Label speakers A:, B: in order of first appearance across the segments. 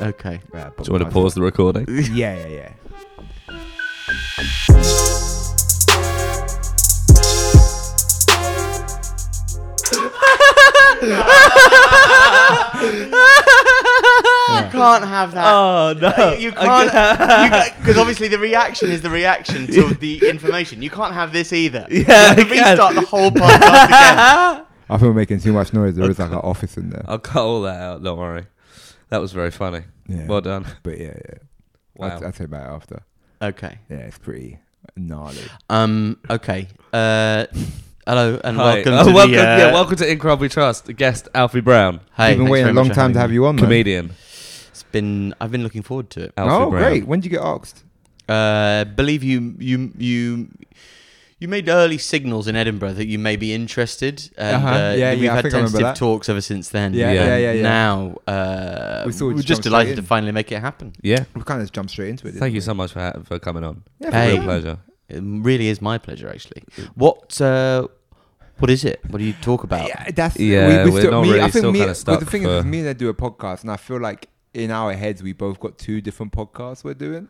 A: Okay.
B: Uh, but
C: Do you want
B: might
C: to
B: as
C: pause the recording?
B: well- Yeah, yeah, yeah.
A: You can't have that.
C: Oh no!
A: you can't because obviously the reaction is the reaction to the information. You can't have this either. You
C: Yeah,
A: have to
C: I can.
A: restart the whole podcast again.
B: I think we're making too much noise. There is like an office in there.
C: I'll cut all that out. Don't worry. That was very funny.
B: Yeah.
C: Well done.
B: But yeah, yeah.
C: uh, Wow.
B: I'd, I'd say about it after.
A: Okay.
B: Yeah, it's pretty gnarly.
A: Um. Okay. Uh. Hello and
C: Hi.
A: welcome.
C: Oh,
A: to
C: welcome,
A: The, uh,
C: yeah, welcome to Incrub We Trust. Guest Alfie
A: Hey,
C: Brown,
B: We've been
A: thanks
B: waiting a
A: very
B: long
A: much for
B: time to
A: having
B: have
A: me.
B: you on, man.
C: comedian.
A: It's been. I've been looking forward to it.
C: Alfie
B: oh,
C: Brown.
B: great. When did you get asked?
A: Uh. Believe you. You. You. You made early signals in Edinburgh that you may be interested, and
B: Uh-huh.
A: uh,
B: Yeah,
A: we've
B: yeah, I
A: had
B: think I remember
A: tentative
B: that.
A: talks ever since then.
B: Yeah,
C: yeah,
A: And
B: yeah, yeah.
A: Now uh,
B: We
A: we
B: sort of
A: are
B: jumped
A: just
B: straight
A: delighted to
B: in.
A: finally make it happen.
C: Yeah.
B: We kind of just jumped straight into it. didn't
C: Thank you
B: we?
C: so much for ha- for coming on.
B: Yeah, for
A: Hey.
C: Real
B: real.
C: pleasure.
A: It really is my pleasure, actually. What uh, what is it? What do you talk about?
B: Yeah, that's
C: Yeah,
B: we,
C: we're
B: we still,
C: not
B: me,
C: really
B: I think
C: still
B: me,
C: kinda
B: But
C: stuck
B: the thing
C: for-
B: is, me and I do a podcast, and I feel like in our heads we both got two different podcasts we're doing,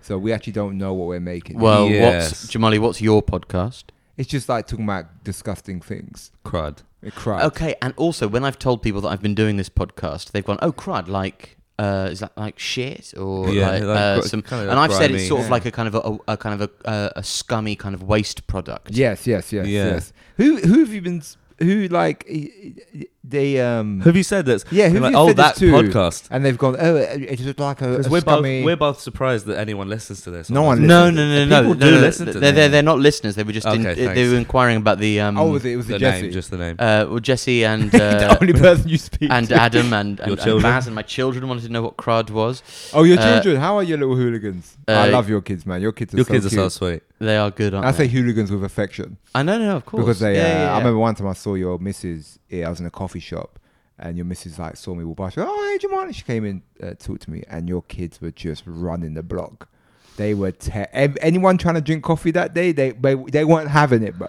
B: so we actually don't know what we're making.
A: Well,
C: Yes.
A: what's Jamali? What's your podcast?
B: it's just like talking about disgusting things.
C: Crud.
B: It cried.
A: Okay, and also when I've told people that I've been doing this podcast, they've gone, "Oh crud!" Like, uh, is that like shit or
C: Yeah,
A: like,
C: like
A: uh,
C: gr-
A: some?
C: kinda
A: and I've said
C: grimy.
A: it's sort of
B: Yeah.
A: like a kind of a, a kind of a, a, a scummy kind of waste product.
B: Yes, yes, yes,
C: Yeah.
B: yes. Who who have you been? s- Who like e- e- they um?
C: Have you said this?
B: yeah, who
C: Like,
B: have you
C: oh,
B: said this
C: that
B: to?
C: podcast.
B: And they've gone, oh, it- it's just like a, a
C: 'Cause we're both,
B: scummy.
C: we're both surprised that anyone listens to this.
B: No one
C: honestly.
A: No, no, no, no,
C: uh, People
A: no.
C: do
A: no, no,
C: listen to
A: they're,
C: them.
A: they're, they're not listeners. They were just in,
C: Okay,
A: they were inquiring about the um,
B: oh, was it? It was the,
C: The
B: Jesse.
C: name, just the name.
A: uh, well, Jesse and
B: the
A: uh,
B: only person you speak.
A: and
C: uh,
B: to.
A: Adam and
C: Your
A: and, and
C: children.
A: Baz and my children wanted to know what crud was.
B: oh, your
A: uh,
B: children. how are your little hooligans? I
A: uh,
B: love your kids, man. Your kids are
C: Your
B: so
C: kids are
B: cute.
C: so sweet.
A: They are good, aren't
B: I
A: they?
B: say hooligans with affection
A: I know, no, of course.
B: because they.
A: yeah,
B: uh,
A: yeah, yeah.
B: I remember one time I saw your missus. Yeah, I was in a coffee shop, and your missus like saw me walk by. She goes, "Oh, hey, Jamal!" She came in, uh, talked to me, and your kids were just running the block. They were te- ev- anyone trying to drink coffee that day. They they, they weren't having it, bro.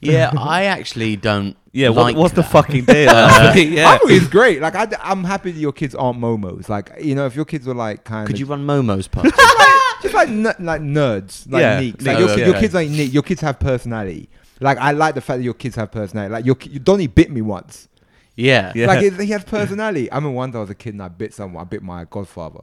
A: Yeah, I actually don't.
C: Yeah,
A: like uh,
C: what, what's the
A: that.
C: fucking deal?
B: I
C: yeah.
B: thought it's great. Like I, am happy that your kids aren't momos. Like you know, if your kids were like kind
A: Could
B: of
A: you run Momo's past?
B: just like n- like nerds, like
C: Yeah,
B: neeks. Like
C: neeks,
B: your,
C: yeah.
B: your kids ain't neat. Your kids have personality. Like I like the fact that your kids have personality. Like your ki- Donnie bit me once.
A: yeah.
C: Yeah.
B: Like it, he has personality. I remember one day I was a kid and I bit someone. I bit my godfather,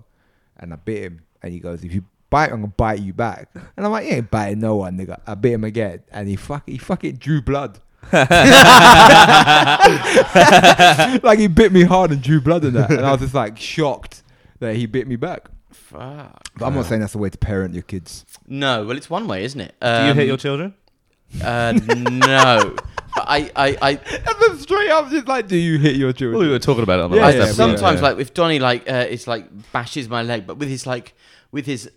B: and I bit him, and he goes, "If you bite, I'm gonna bite you back." And I'm like, "You ain't biting no one, nigga." I bit him again, and he fuck, he fucking drew blood. like he bit me hard and drew blood in that, and I was just like shocked that he bit me back.
A: Fuck.
B: But I'm not saying that's the way to parent your kids.
A: No, well, it's one way, isn't it?
C: Do you
A: Um,
C: hit your children?
A: Uh, no. But I, I, I,
B: And then straight up, just like, do you hit your children?
C: Well, we were talking about it on the
B: Yeah,
A: I
C: last
B: yeah,
C: episode.
A: sometimes,
C: yeah.
A: like, if Donny, like, uh, it's like bashes my leg, but with his, like, with his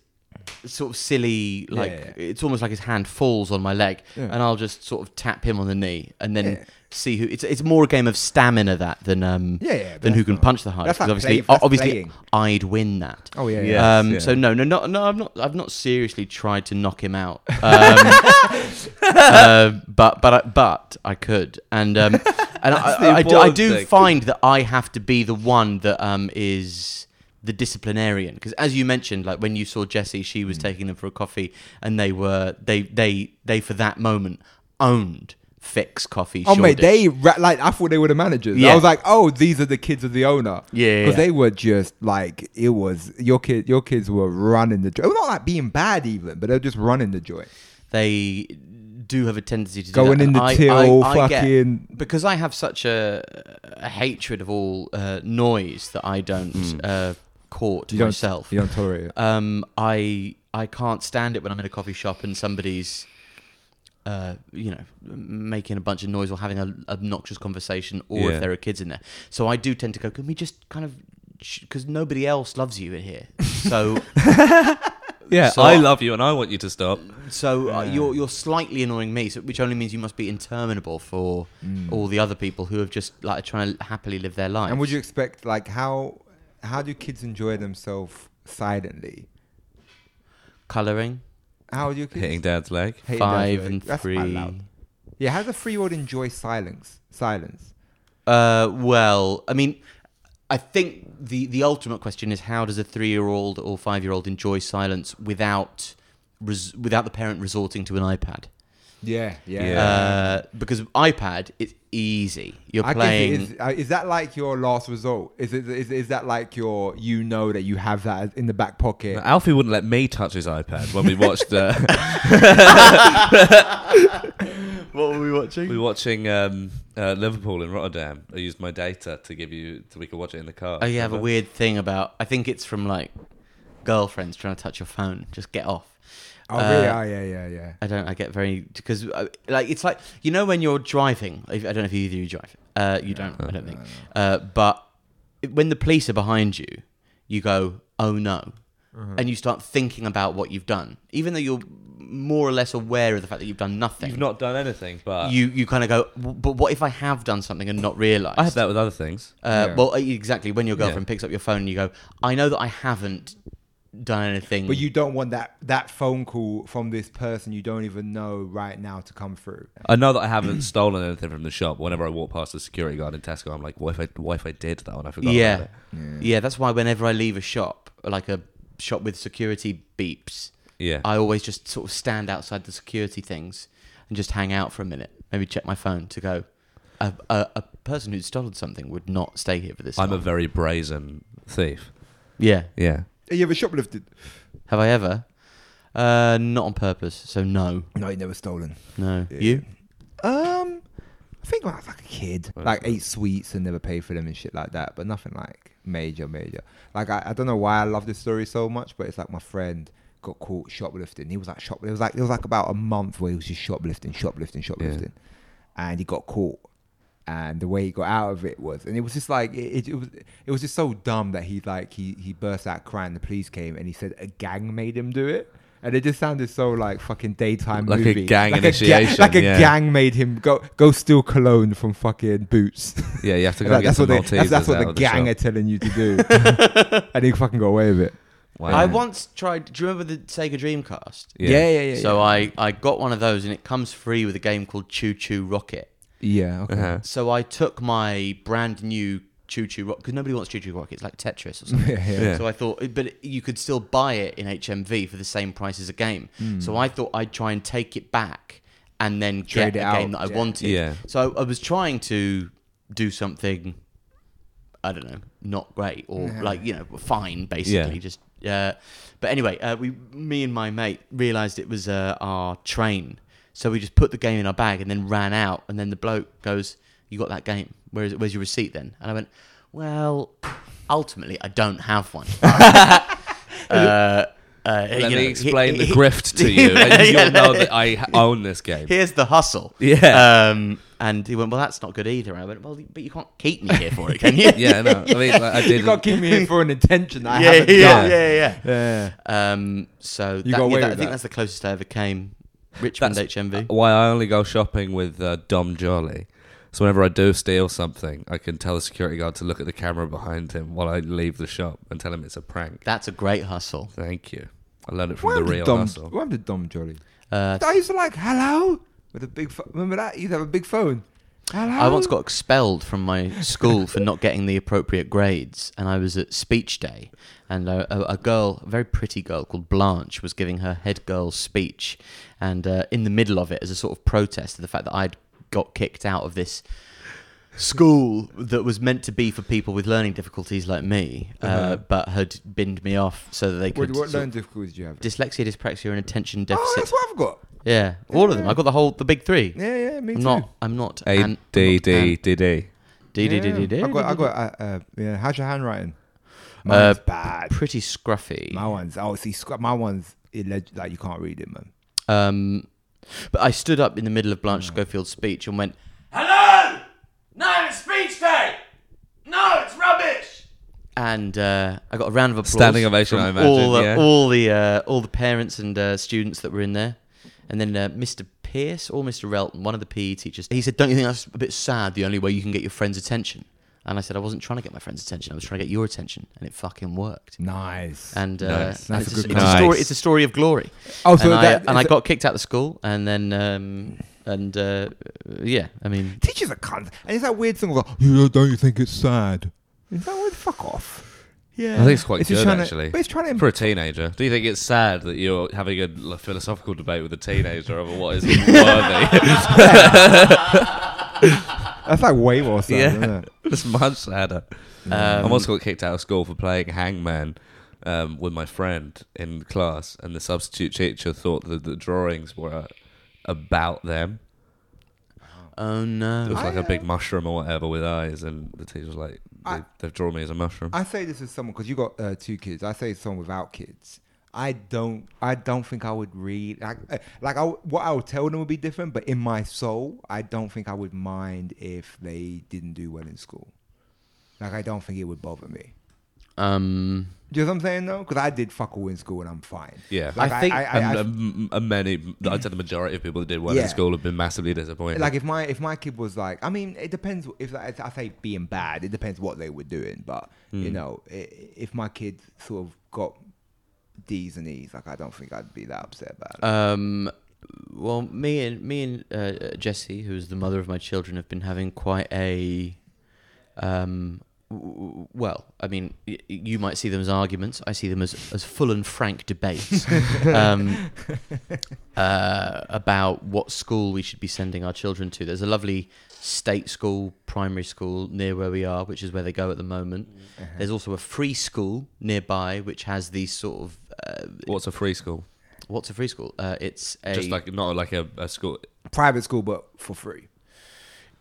A: sort of silly, like,
B: Yeah.
A: it's almost like his hand falls on my leg,
B: Yeah.
A: and I'll just sort of tap him on the knee and then
B: Yeah.
A: see who. It's, it's more a game of stamina that than, um,
B: Yeah, yeah, but
A: than who
B: that's
A: can
B: not-
A: punch the hardest.
B: that's like
A: 'cause obviously,
B: play- that's
A: obviously,
B: playing.
A: I'd win that.
B: Oh yeah,
C: Yeah.
B: yeah.
A: um,
C: yes,
A: So no, no, no, no. I've not, I've not seriously tried to knock him out, um, uh, but but I, but I could, and um, and I,
C: the
A: I, I do, I
C: important
A: do
C: thing.
A: find that I have to be the one that um is the disciplinarian because as you mentioned like when you saw Jessie she was taking them for a coffee and they were they they they for that moment owned fix coffee
B: Oh mate,
A: Shoreditch.
B: they ra- like I thought they were the managers.
A: Yeah.
B: I was like, oh, these are the kids of the owner.
A: Yeah, yeah,
B: because
A: yeah.
B: they were just like it was your kid. Your kids were running the joint. Not like being bad even, but they're just running the joint.
A: they do have a tendency to do
B: Going
A: that, and
B: in the
A: I-
B: till,
A: I- I get-
B: fucking-
A: because I have such a, a hatred of all uh, noise that I don't uh, court
B: You don't
A: myself.
B: You don't tolerate it.
A: Um, I I can't stand it when I'm in a coffee shop and somebody's. Uh, you know, making a bunch of noise or having an obnoxious conversation, or
C: Yeah.
A: if there are kids in there. So I do tend to go, can we just kind of, because nobody else loves you in here. So
C: yeah,
A: so-
C: I love you and I want you to stop.
A: So uh, you're you're slightly annoying me, so, which only means you must be interminable for all the other people who have just like are trying to happily live their life.
B: And would you expect like how how do kids enjoy themselves silently?
A: colouring
B: How do your kids
C: Hitting dad's leg.
B: Hey,
A: five
B: that's
A: and
B: right. That's quite
A: three?
B: loud. Yeah, how does a three year old enjoy silence? Silence.
A: Uh, well, I mean, I think the the ultimate question is how does a three year old or five year old enjoy silence without res- without the parent resorting to an iPad?
B: Yeah, yeah.
C: Yeah.
A: Uh, because iPad, it's easy. You're
B: I
A: playing.
B: guess it is, uh, is that like your last result? Is, it, is is that like your you know that you have that in the back pocket?
A: Uh,
C: Now, Alfie wouldn't let me touch his iPad when we watched. Uh,
A: What were we watching?
C: we were watching um, uh, Liverpool in Rotterdam. I used my data to give you so we could watch it in the car.
A: Oh, you have a
C: Remember?
A: weird thing about. I think it's from like girlfriends trying to touch your phone. Just get off.
B: oh,
A: Uh,
B: really? Oh, yeah, yeah, yeah.
A: I don't. I get very because uh, like it's like you know when you're driving. I I don't know if either of you drive. Uh, you don't. I don't think. Uh, but it- when the police are behind you, you go, "Oh no,"
C: Mm-hmm.
A: and you start thinking about what you've done, even though you're more or less aware of the fact that you've done nothing.
C: You've not uh, done anything, but
A: You you kind of go, "W- but what if I have done something and not realised?
C: I have that with other things.
A: Uh,
B: Yeah.
A: Well, exactly. When your
C: Yeah.
A: girlfriend picks up your phone and you go, I know that I haven't done anything.
B: But you don't want that that phone call from this person you don't even know right now to come through.
C: I know that I haven't stolen anything from the shop. Whenever I walk past the security guard in Tesco, I'm like, "What if I, what if I did that one? I forgot."
A: yeah.
C: About it.
A: yeah. that's why whenever I leave a shop, like a shop with security beeps,
C: yeah.
A: I always just sort of stand outside the security things and just hang out for a minute. Maybe check my phone to go. A, a, a person who'd stolen something would not stay here for this.
C: I'm a
A: long."
C: very brazen thief.
A: yeah.
C: Yeah.
B: Have you ever shoplifted?
A: Have I ever? Uh, not on purpose. So no,
B: No, you never stolen.
A: no.
B: Yeah.
A: You?
B: Um, I think when I was like a kid, like ate sweets and never paid for them and shit like that, but nothing like major, major. Like I, I don't know why I love this story so much, but it's like my friend got caught shoplifting. He was like shop. It was like it was like about a month where he was just shoplifting, shoplifting, shoplifting, and he got caught. And the way he got out of it was, and it was just like it, it, it was, it was just so dumb that he like he he burst out crying. The police came, and he said a gang made him do it, and it just sounded so like fucking daytime
C: Like a
B: movie,
C: gang
B: like A
C: initiation,
B: ga- like a
C: yeah.
B: gang made him go go steal cologne from fucking Boots.
C: Yeah, you have to go
B: That-
C: and get
B: that's,
C: some
B: what
C: Maltesers
B: the, that's, that's what
C: out
B: the
C: of
B: gang are
C: shop.
B: telling you to do, and he fucking got away with it.
C: Wow.
A: I once tried. Do you remember the Sega Dreamcast?
C: Yeah. Yeah,
A: so I, I got one of those and it comes free with a game called Choo Choo Rocket.
B: yeah, okay.
C: Uh-huh.
A: So I took my brand new Choo Choo Rocket because nobody wants Choo Choo Rocket. It's like Tetris or something.
B: yeah, yeah.
C: Yeah.
A: So I thought, eh, but you could still buy it in HMV for the same price as a game.
B: Hmm.
A: So I thought I'd try and take it back and then
B: Trade
A: get a
B: it
A: game that
B: out,
A: I
B: yeah.
A: wanted.
C: Yeah.
A: So I, I was trying to do something. I don't know, not great or like you know, fine basically.
C: Yeah.
A: Just uh, but anyway, uh, we, me and my mate realised it was uh, our train, so we just put the game in our bag and then ran out. And then the bloke goes, "You got that game? Where is it? Where's your receipt then?" And I went, "Well, ultimately, I don't have one." uh, uh, you
C: Let
A: know,
C: me
A: he-
C: explain the
A: he-
C: grift to you, and
A: Yeah.
C: you'll know that I ha- own this game.
A: Here's the hustle.
C: Yeah.
A: Um, and he went, "Well, that's not good either." And I went, "Well, but you can't keep me here for it, can you?"
C: Yeah, no, I mean, like, I
B: You got
C: did.
B: to keep me in for an intention that I
A: yeah,
B: haven't
A: yeah,
B: done.
A: yeah, yeah.
B: Yeah.
A: Um, so that,
B: got
A: yeah,
B: away
A: that- I
B: with
A: think
B: that.
A: that's the closest I ever came. Richmond
C: That's-
A: HMV.
C: Why I only go shopping with uh, Dom Jolly. So whenever I do steal something, I can tell the security guard to look at the camera behind him while I leave the shop and tell him it's a prank.
A: That's a great hustle.
C: Thank you. I learned it from
B: What
C: the
B: happened to
C: real
B: Dom?
C: hustle.
B: What happened to Dom Jolly?
A: Uh,
B: I used to like hello with a big. Fo- Remember that? You'd have a big phone. Hello.
A: I once got expelled from my school for not getting the appropriate grades, and I was at speech day, and a, a, a girl, a very pretty girl called Blanche, was giving her head girl's speech, and uh, in the middle of it, as a sort of protest to the fact that I'd got kicked out of this school that was meant to be for people with learning difficulties like me, uh,
C: Uh-huh.
A: but had binned me off so that they could
B: What, what
A: sort of-
B: learning difficulties do you have?
A: dyslexia, dyspepsia, and attention
B: oh,
A: deficit.
B: that's what I've got.
A: yeah, all of them. I got the whole the big three.
B: Yeah, yeah, me
A: I'm
B: too.
A: not. I'm not.
C: A
A: an-
C: D D
A: I'm
C: D D.
A: not an- D D D D D.
B: I got, I got, uh, uh, yeah. How's your handwriting?
A: Uh,
B: Mine's bad.
A: Pretty scruffy.
B: My one's, oh, see, scra- my one's, illeg- like, you can't read it, man.
A: Um, but I stood up in the middle of Blanche Schofield's speech and went,
D: No, it's speech day! No, it's rubbish!
A: and uh, I got a round of applause.
C: Standing ovation,
A: from
C: I imagine,
A: All the
C: yeah.
A: all the uh, all the parents and uh, students that were in there, and then uh, Mr. Pierce or Mr. Relton, one of the PE teachers, he said, "Don't you think that's a bit sad? The only way you can get your friends' attention." And I said, "I wasn't trying to get my friends' attention. I was trying to get your attention, and it fucking worked."
B: Nice.
A: And, uh,
C: Nice.
A: and
B: That's
A: it's,
B: a
A: a, it's
B: good
A: a
C: comment.
A: story.
C: Nice.
A: It's a story of glory.
B: Oh, so
A: and
B: that-
A: I, and I
B: it's a-
A: got kicked out of school, and then um, and uh, yeah, I mean,
B: teachers are cunts. And it's that weird thing, like, you know, don't you think it's sad? It's like, well, fuck off.
A: Yeah.
C: I think it's quite
B: It's just
C: good,
B: trying to-
C: actually.
B: but it's trying to-
C: for a teenager. Do you think it's sad that you're having a l- philosophical debate with a teenager over what is worthy?
B: That's like way more sad,
C: Yeah.
B: isn't it?
C: it's much sadder.
A: uh,
C: I
A: Um,
C: almost got kicked out of school for playing hangman um, with my friend in class, and the substitute teacher thought that the drawings were about them.
A: oh
C: It
A: no.
C: was like a
B: I,
C: big
B: uh,
C: mushroom or whatever with eyes, and the teacher was like, they,
B: I-
C: "They've drawn me as a mushroom."
B: I say this as someone because you got uh, two kids. I say someone without kids. I don't. I don't think I would read like uh, like I, w- what I would tell them would be different. But in my soul, I don't think I would mind if they didn't do well in school. Like I don't think it would bother me.
A: Um.
B: Do you know what I'm saying though? Because I did fuck all in school and I'm fine.
C: Yeah.
B: Like,
A: I
B: I
A: think-
B: think. I, I,
C: and
B: I-
C: um, uh, many, I'd say the majority of people that did well
B: Yeah.
C: in school have been massively disappointed.
B: like if my if my kid was like, I mean, it depends. If like, I say being bad, it depends what they were doing. But
A: Hmm.
B: you know, i- if my kid sort of got D's and E's, like I don't think I'd be that upset about it.
A: Um. Well, me and me and uh, uh, Jessie, who is the mother of my children, have been having quite a. Um. w- w- Well, I mean, y- you might see them as arguments. I see them as, as full and frank debates um, uh, about what school we should be sending our children to. There's a lovely state school, primary school near where we are, which is where they go at the moment.
B: Mm.
A: There's also a free school nearby, which has these sort of uh,
C: What's a free school?
A: What's a free school? Uh, it's a
C: Just like not like a, a school.
B: Private school, but for free.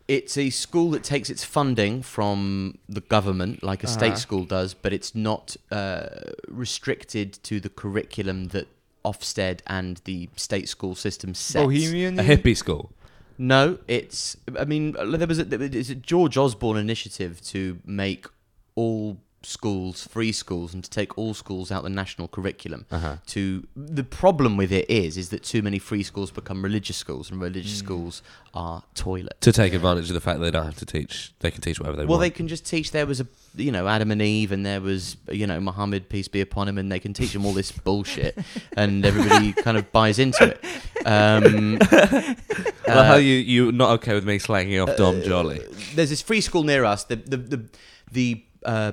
A: it's a school that takes its funding from the government, like a
C: Uh-huh.
A: state school does, but it's not uh, restricted to the curriculum that Ofsted and the state school system sets.
C: Oh,
B: Mm.
C: A hippie school.
A: No, it's. I mean, there was a, there was a George Osborne initiative to make all schools free schools and to take all schools out the national curriculum. To the problem with it is, is that too many free schools become religious schools, and religious schools are toilets.
C: to take advantage of the fact that they don't have to teach. They can teach whatever they
A: Well, they can
C: want.
A: just teach. There was a, you know, Adam and Eve, and there was, you know, Muhammad, peace be upon him, and they can teach them all this bullshit, and everybody kind of buys into it. Um,
C: I
A: uh,
C: love how you you're not okay with me slanging off Dom Jolly.
A: there's this free school near us. The the the, the uh,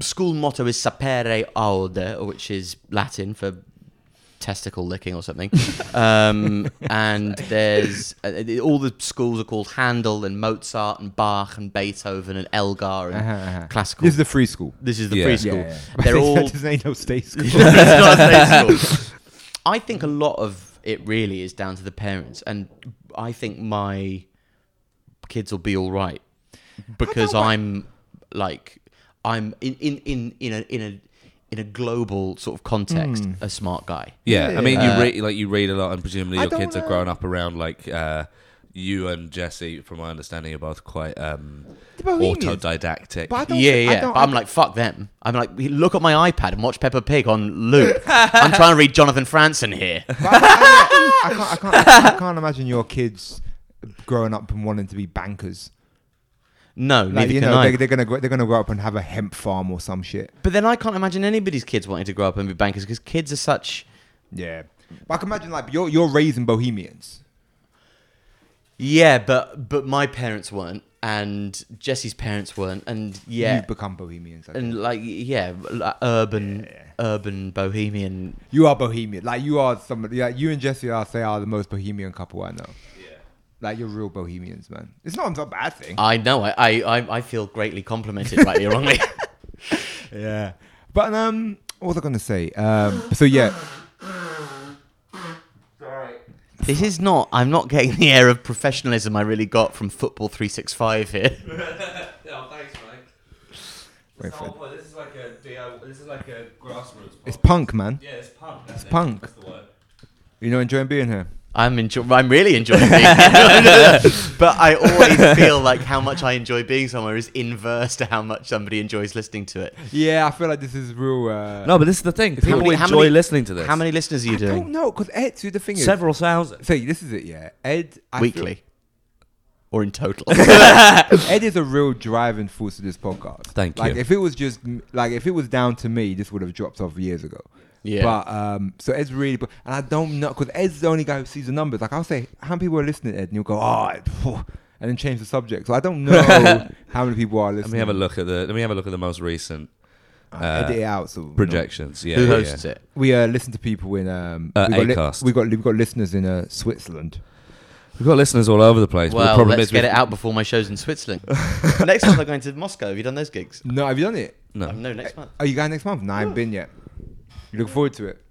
A: school motto is "Sapere Aude," which is Latin for testicle licking or something. um, and there's uh, all the schools are called Handel and Mozart and Bach and Beethoven and Elgar and
B: Uh-huh, uh-huh.
A: classical.
B: This is the free school.
A: This is the
C: Yeah.
A: free
C: Yeah,
A: school.
B: Yeah,
A: They're all
B: just ain't no state school.
A: I think a lot of it really is down to the parents, and I think my kids will be all right because I'm like I'm in in in in a in a in a global sort of context,
B: Hmm.
A: a smart guy.
C: Yeah, I mean, you
A: Uh,
C: read like you read a lot, and presumably
B: I
C: your
B: don't
C: kids have
B: know.
C: grown up around like uh, you and Jesse. From my understanding, are both quite um,
B: The Bohemians.
C: autodidactic.
B: But I
A: Yeah,
B: don't think- I
A: yeah.
B: don't-
A: But
B: I
A: I'm like, fuck them. I'm like, look at my iPad and watch Peppa Pig on loop. I'm trying to read Jonathan Franzen here.
B: But I, I, I, can't, I, can't, I, can't, I can't imagine your kids growing up and wanting to be bankers.
A: No,
B: Like
A: neither
B: you
A: can
B: know,
A: I.
B: they, they're gonna grow, they're gonna grow up and have a hemp farm or some shit.
A: but then I can't imagine anybody's kids wanting to grow up and be bankers because kids are such.
B: Yeah, but I can imagine like you're you're raising Bohemians.
A: Yeah, but but my parents weren't, and Jesse's parents weren't, and yeah,
B: You've become Bohemians. I guess.
A: and like yeah, like urban, urban bohemian.
B: You are Bohemian. Like you are somebody. Yeah, you and Jesse are say are the most Bohemian couple I know. Yeah. Like you're real Bohemians, man. It's not, it's not a bad thing.
A: I know. I I I, I feel greatly complimented, rightly or wrongly.
B: yeah. But um, what was I gonna say? Um, so yeah,
A: This is not. I'm not getting the air of professionalism I really got from Football 365 here.
C: Oh, thanks, mate.
B: Wait for it.
C: This is like a this is like a grassroots.
B: it's punk, man.
C: Yeah, it's punk. It's
B: punk. That's You know, enjoying being here.
A: I'm enjoy- I'm really enjoying being here. but I always feel like how much I enjoy being somewhere is inverse to how much somebody enjoys listening to it.
B: Yeah, I feel like this is real. Uh,
C: No, but this is the thing. People
A: many- how
C: enjoy
A: many-
C: listening to this.
A: How many listeners are you
B: I don't
A: doing?
B: know because Ed. See, the thing is,
C: Several thousand.
B: So this is it, yeah. Ed I feel-
A: Weekly. Or in total.
B: Ed is a real driving force to this podcast.
C: Thank
B: Like
C: you.
B: if it was just like if it was down to me, this would have dropped off years ago.
A: Yeah.
B: But um, so Ed's really, and I don't know because Ed's the only guy who sees the numbers. Like I'll say, how many people are listening, Ed? And you'll go, oh, it- phew, and then change the subject. So I don't know how many people are
C: Let
B: listening.
C: me have a look at the. Let me have a look at the most recent
B: I'll
C: uh,
B: edit it out. So you know.
C: projections. Yeah,
A: Who
C: yeah,
A: hosts
C: yeah.
A: it?
B: We uh, listen to people in. Um,
C: Uh,
B: we, got
C: Acast.
B: we got we got listeners in uh, Switzerland.
C: We've got listeners all over the place. but the
A: Well,
C: problem
A: let's
C: is
A: get
C: we've-
A: it out before my show's in Switzerland. next month I'm going to Moscow. Have you done those gigs?
B: No, have you done it?
A: Um,
C: No,
A: no, next month.
B: Are you going next month? No, I haven't been yet. You look forward to it.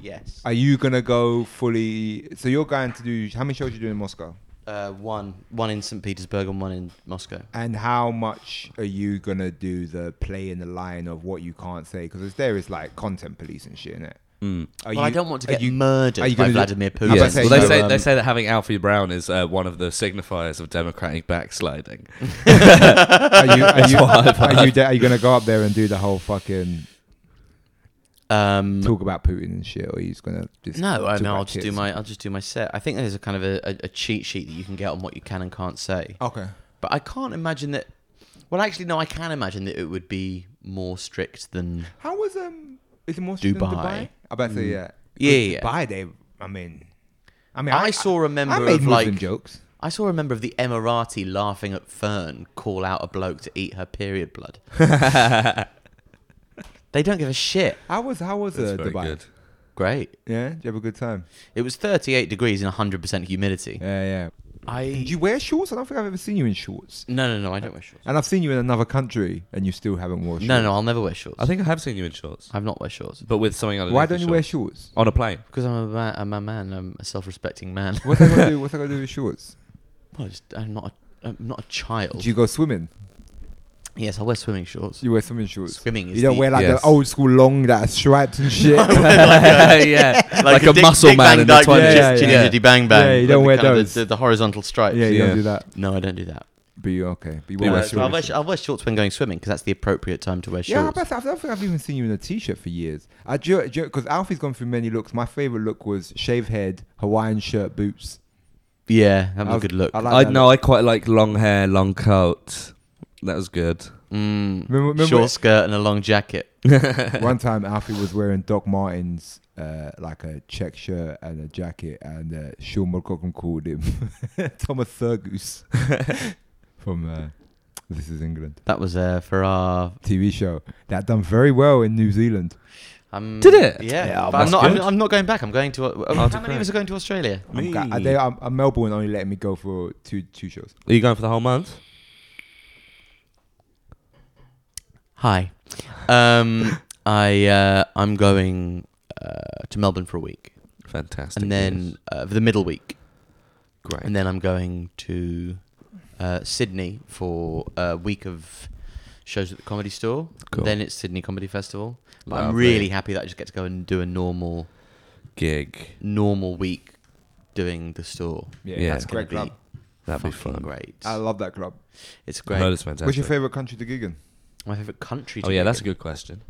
A: Yes.
B: Are you gonna go fully? So you're going to do how many shows you doing in Moscow,
A: Uh, one, one in St. Petersburg and one in Moscow.
B: and how much are you gonna do the play in the line of what you can't say? Because there is like content police and shit in it.
C: Hmm.
B: Mm.
A: Well, I don't want to
B: are
A: get
B: you-
A: murdered
B: are you
A: by
B: gonna do-
A: Vladimir
B: I was
A: Putin.
B: about
C: Yes.
B: to say,
C: Well, they
B: so,
C: say
A: um,
C: they say that having Alfie Brown is uh, one of the signifiers of democratic backsliding.
B: Are you are you, are you, de- are you gonna go up there and do the whole fucking
A: Um,
B: talk about Putin and shit, or are you just gonna just
A: no, I
B: talk
A: know.
B: about
A: I'll just do
B: tits?
A: my. I'll just do my set. I think there's a kind of a, a, a cheat sheet that you can get on what you can and can't say.
B: okay.
A: But I can't imagine that. Well, actually, no. I can imagine that it would be more strict than.
B: How was um? Is it more strict than
A: Dubai.
B: Dubai? I bet
C: Mm.
B: say yeah.
A: Yeah, yeah.
B: Dubai. They, I mean, I mean,
A: I saw a member
B: I made
A: of
B: Muslim
A: like.
B: jokes.
A: I saw a member of the Emirati laughing at Fern call out a bloke to eat her period blood. they don't give a shit.
B: How was how was
C: That's
B: uh,
C: very
B: Dubai?
C: good.
A: Great.
B: Yeah, did you have a good time?
A: It was 38 degrees and 100% humidity.
B: Yeah, yeah.
A: I
B: Did you wear shorts? I don't think I've ever seen you in shorts.
A: No, no, no. I don't wear shorts.
B: And I've seen you in another country, and you still haven't worn shorts.
A: No, no. I'll never wear shorts.
C: I think I have seen you in shorts,
A: I've not wear shorts
C: but with something underneath.
B: Why don't
C: the
B: you wear
C: shorts.
B: shorts?
C: on a plane?
A: because I'm a man. I'm a man. I'm a self-respecting man.
B: What's I gonna do? What's I gonna do with shorts?
A: Well, I just, I'm not. A, I'm not a child.
B: Do you go swimming?
A: yes, I wear swimming shorts.
B: Do you wear swimming shorts?
A: Swimming is
B: You don't
A: the-
B: wear like
C: Yes.
B: the old school long that are striped and shit.
C: yeah, like, a,
A: Dick-
C: muscle
A: Dick
C: man
A: Van
C: in the
A: Dyke with
C: twenties.
A: Jig-
B: Yeah, yeah,
A: Jiggity
B: yeah.
A: Jitty Bang Bang.
B: Yeah, you
A: with
B: don't
A: the
B: wear
A: kind of the-
B: those.
A: The, the horizontal stripes.
B: yeah, you
C: Yeah.
B: don't do that.
A: No, I don't do that.
B: But you okay? But you
C: You
B: wear
C: wear
B: shorts.
A: So I'll, wear, sh- I'll wear shorts when going swimming because that's the appropriate time to wear
B: Yeah, I,
A: shorts.
B: bet, I don't think I've even seen you in a t-shirt for years. I because Alfie's gone through many looks. My favorite look was shaved head, Hawaiian shirt, boots.
A: yeah, have
B: I
A: a
B: was-
A: good look.
B: I like
C: I
B: that
C: no, I quite like long hair, long coat. That was good.
A: mm,
B: Remember- remember-
A: short skirt and a long jacket.
B: One time, Alfie was wearing Doc Martens, uh, like a check shirt and a jacket, and uh, Sean McCocken called him Thomas Thurgoose from uh, This Is England
A: That was uh, for our.
B: TV show that done very well in New Zealand.
A: Um,
C: Did it?
A: Yeah.
B: Yeah,
A: but I'm
B: that's
A: not. I'm,
B: good.
A: I'm not going back. I'm going to. Uh, how many
C: Autocrat.
A: of us are going to Australia?
B: I'm,
C: Me.
B: ga- I- they, I'm, I'm Melbourne only letting me go for two two shows.
C: Are you going for the whole month?
A: Hi. Um, I uh, I'm going uh, to Melbourne for a week,
C: Fantastic.
A: and then
C: news.
A: uh, for the middle week,
C: great.
A: and then I'm going to uh, Sydney for a week of shows at the Comedy Store.
C: Cool.
A: Then it's Sydney Comedy Festival. But I'm
C: Lovely.
A: really happy that I just get to go and do a normal
C: gig.
A: normal week doing the store.
B: Yeah,
C: Yeah.
B: that's
A: It's
B: a
A: gonna
B: great club.
C: That'd be
A: fucking
C: fun.
A: Great.
B: I love that club.
A: It's
C: Great.
A: great.
C: fantastic.
B: What's your favorite country to gig in?
A: My favorite country. To
C: Oh yeah,
A: be
C: that's a
A: in.
C: good question.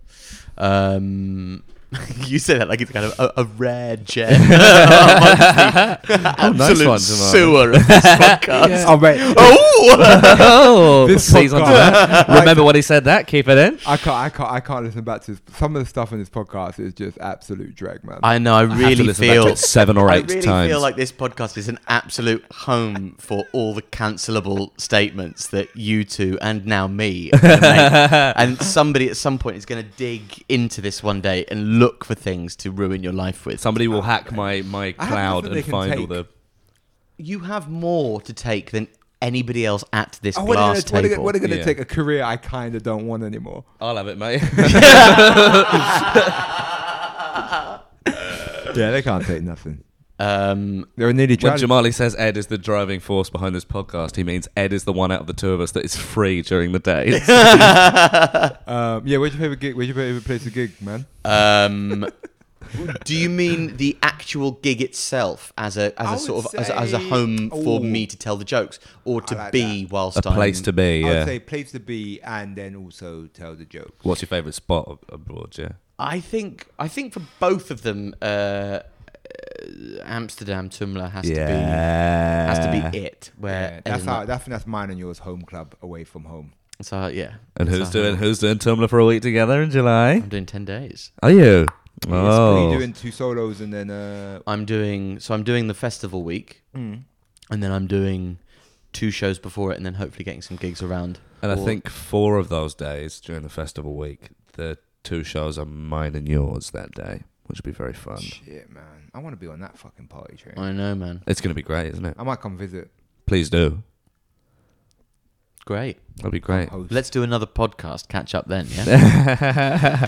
A: Um, you say that like it's kind of a, a rare gem. Absolute
C: Oh, nice one, Jamal.
A: sewer of this podcast.
B: Oh wait,
A: Oh,
C: oh,
B: This
C: sees onto
B: podcast.
C: that. Remember when he said that? Keep it in.
B: I can't, I can't, I can't listen back to this. some of the stuff in this podcast is just absolute drag, man.
A: I know. I
C: I have to
A: really
C: listen back to
A: feel
C: it seven or
A: I
C: eight
A: really
C: times.
A: feel like this podcast is an absolute home for all the cancelable statements that you two and now me are gonna make. and somebody at some point is going to dig into this one day and look for things to ruin your life with.
C: Somebody will hack my my
B: I have
C: cloud
B: nothing
C: and
B: they can
C: find all
B: take.
C: the.
A: you have more to take than anybody else at this
B: Oh, what are
A: glass
B: they gonna- what are
A: table.
B: they- what are they going to
C: Yeah.
B: take a career I kind of don't want anymore?
C: I'll have it, mate.
B: Yeah, they can't take nothing.
A: Um,
B: They were nearly
C: when
B: charged.
C: Jamali says Ed is the driving force behind this podcast, he means Ed is the one out of the two of us that is free during the day.
B: um, yeah, where's your favorite gig? Where's your favorite place to gig, man?
A: um, do you mean the actual gig itself as a
B: I
A: as a
B: would
A: sort of as, a- as a
B: say-
A: home for
B: Ooh.
A: me to tell the jokes or to
B: like
A: be whilst
C: a
A: I'm
C: place to be.
B: I
C: Yeah.
B: would say place to be, and then also tell the joke.
C: What's your favourite spot ab- abroad? Yeah.
A: I think I think for both of them, uh, uh, Amsterdam Tumla has to be has to be it.
B: Yeah,
A: Where
B: that's
A: Edinburgh-
B: how. That's, that's mine and yours. Home club away from home.
A: so yeah.
C: And
A: That's
C: who's
A: how-
C: doing who's doing Tumblr for a week together in July?
A: I'm doing ten days.
C: Are you?
B: Are
C: Oh,
B: you doing two solos and then uh, mm,
A: I'm doing so I'm doing the festival week, and then I'm doing two shows before it, and then hopefully getting some gigs around.
C: And I
A: Or-
C: think four of those days during the festival week, the two shows are mine and yours that day, which will be very fun.
B: Shit, man. I want to be on that fucking party train.
A: I know, man.
C: It's going to be great, isn't it?
B: I might come visit.
C: Please do.
A: Great.
C: That'll be great.
B: Host.
A: Let's do another podcast. Catch up then.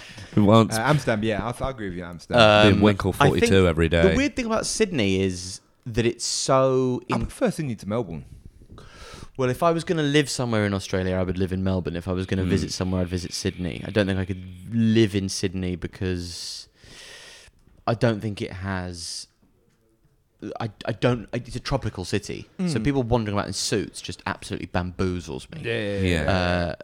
A: Yeah.
C: We won't
B: Uh, Amsterdam, yeah, I, I agree with you, Amsterdam.
C: be
A: Um,
C: in Winkle
A: I think
C: 42 every day.
A: The weird thing about Sydney is that it's so.
B: I
A: In-
B: prefer Sydney to Melbourne.
A: well, if I was going to live somewhere in Australia, I would live in Melbourne. If I was going to visit somewhere, I'd visit Sydney. I don't think I could live in Sydney because I don't think it has. I, I don't. It's a tropical city, so people wandering about in suits just absolutely bamboozles me.
C: yeah.
A: Uh,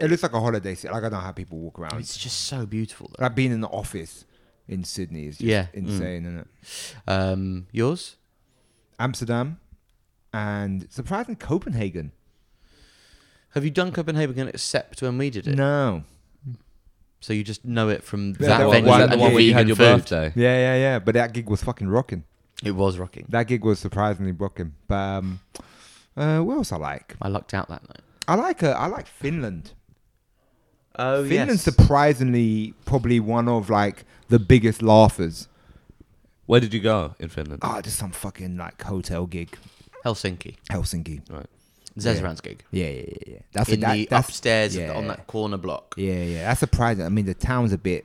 B: It looks like a holiday city. Like I don't know how people walk around.
A: it's just so beautiful. Though.
B: Like being in the office in Sydney is just
A: Yeah. Mm.
B: insane, isn't it?
A: Um, yours?
B: Amsterdam and surprisingly Copenhagen.
A: Have you done Copenhagen except when we did it?
B: No.
A: So you just know it from
B: Yeah,
A: that
B: that
A: venue
B: one-
A: and
B: that
A: the
B: one where
C: you had
A: vegan
C: your
A: food.
C: birthday.
B: Yeah, yeah, yeah. But that gig was fucking rocking.
A: It was rocking.
B: That gig was surprisingly rocking. But um, uh, what else I like?
A: I lucked out that night.
B: I like uh, I like Finland.
A: Oh
B: Finland's surprisingly probably one of like the biggest laughers.
C: Where did you go in Finland?
A: Oh.
B: Ah, just some fucking like hotel gig,
A: Helsinki.
B: Helsinki.
C: Right.
A: Zezran's gig.
B: Yeah, yeah, yeah. yeah. That's
A: In
B: that-
A: the
B: that's-
A: upstairs of
B: yeah.
A: the- on that corner block.
B: Yeah, yeah, that's surprising. I mean, the town's a bit,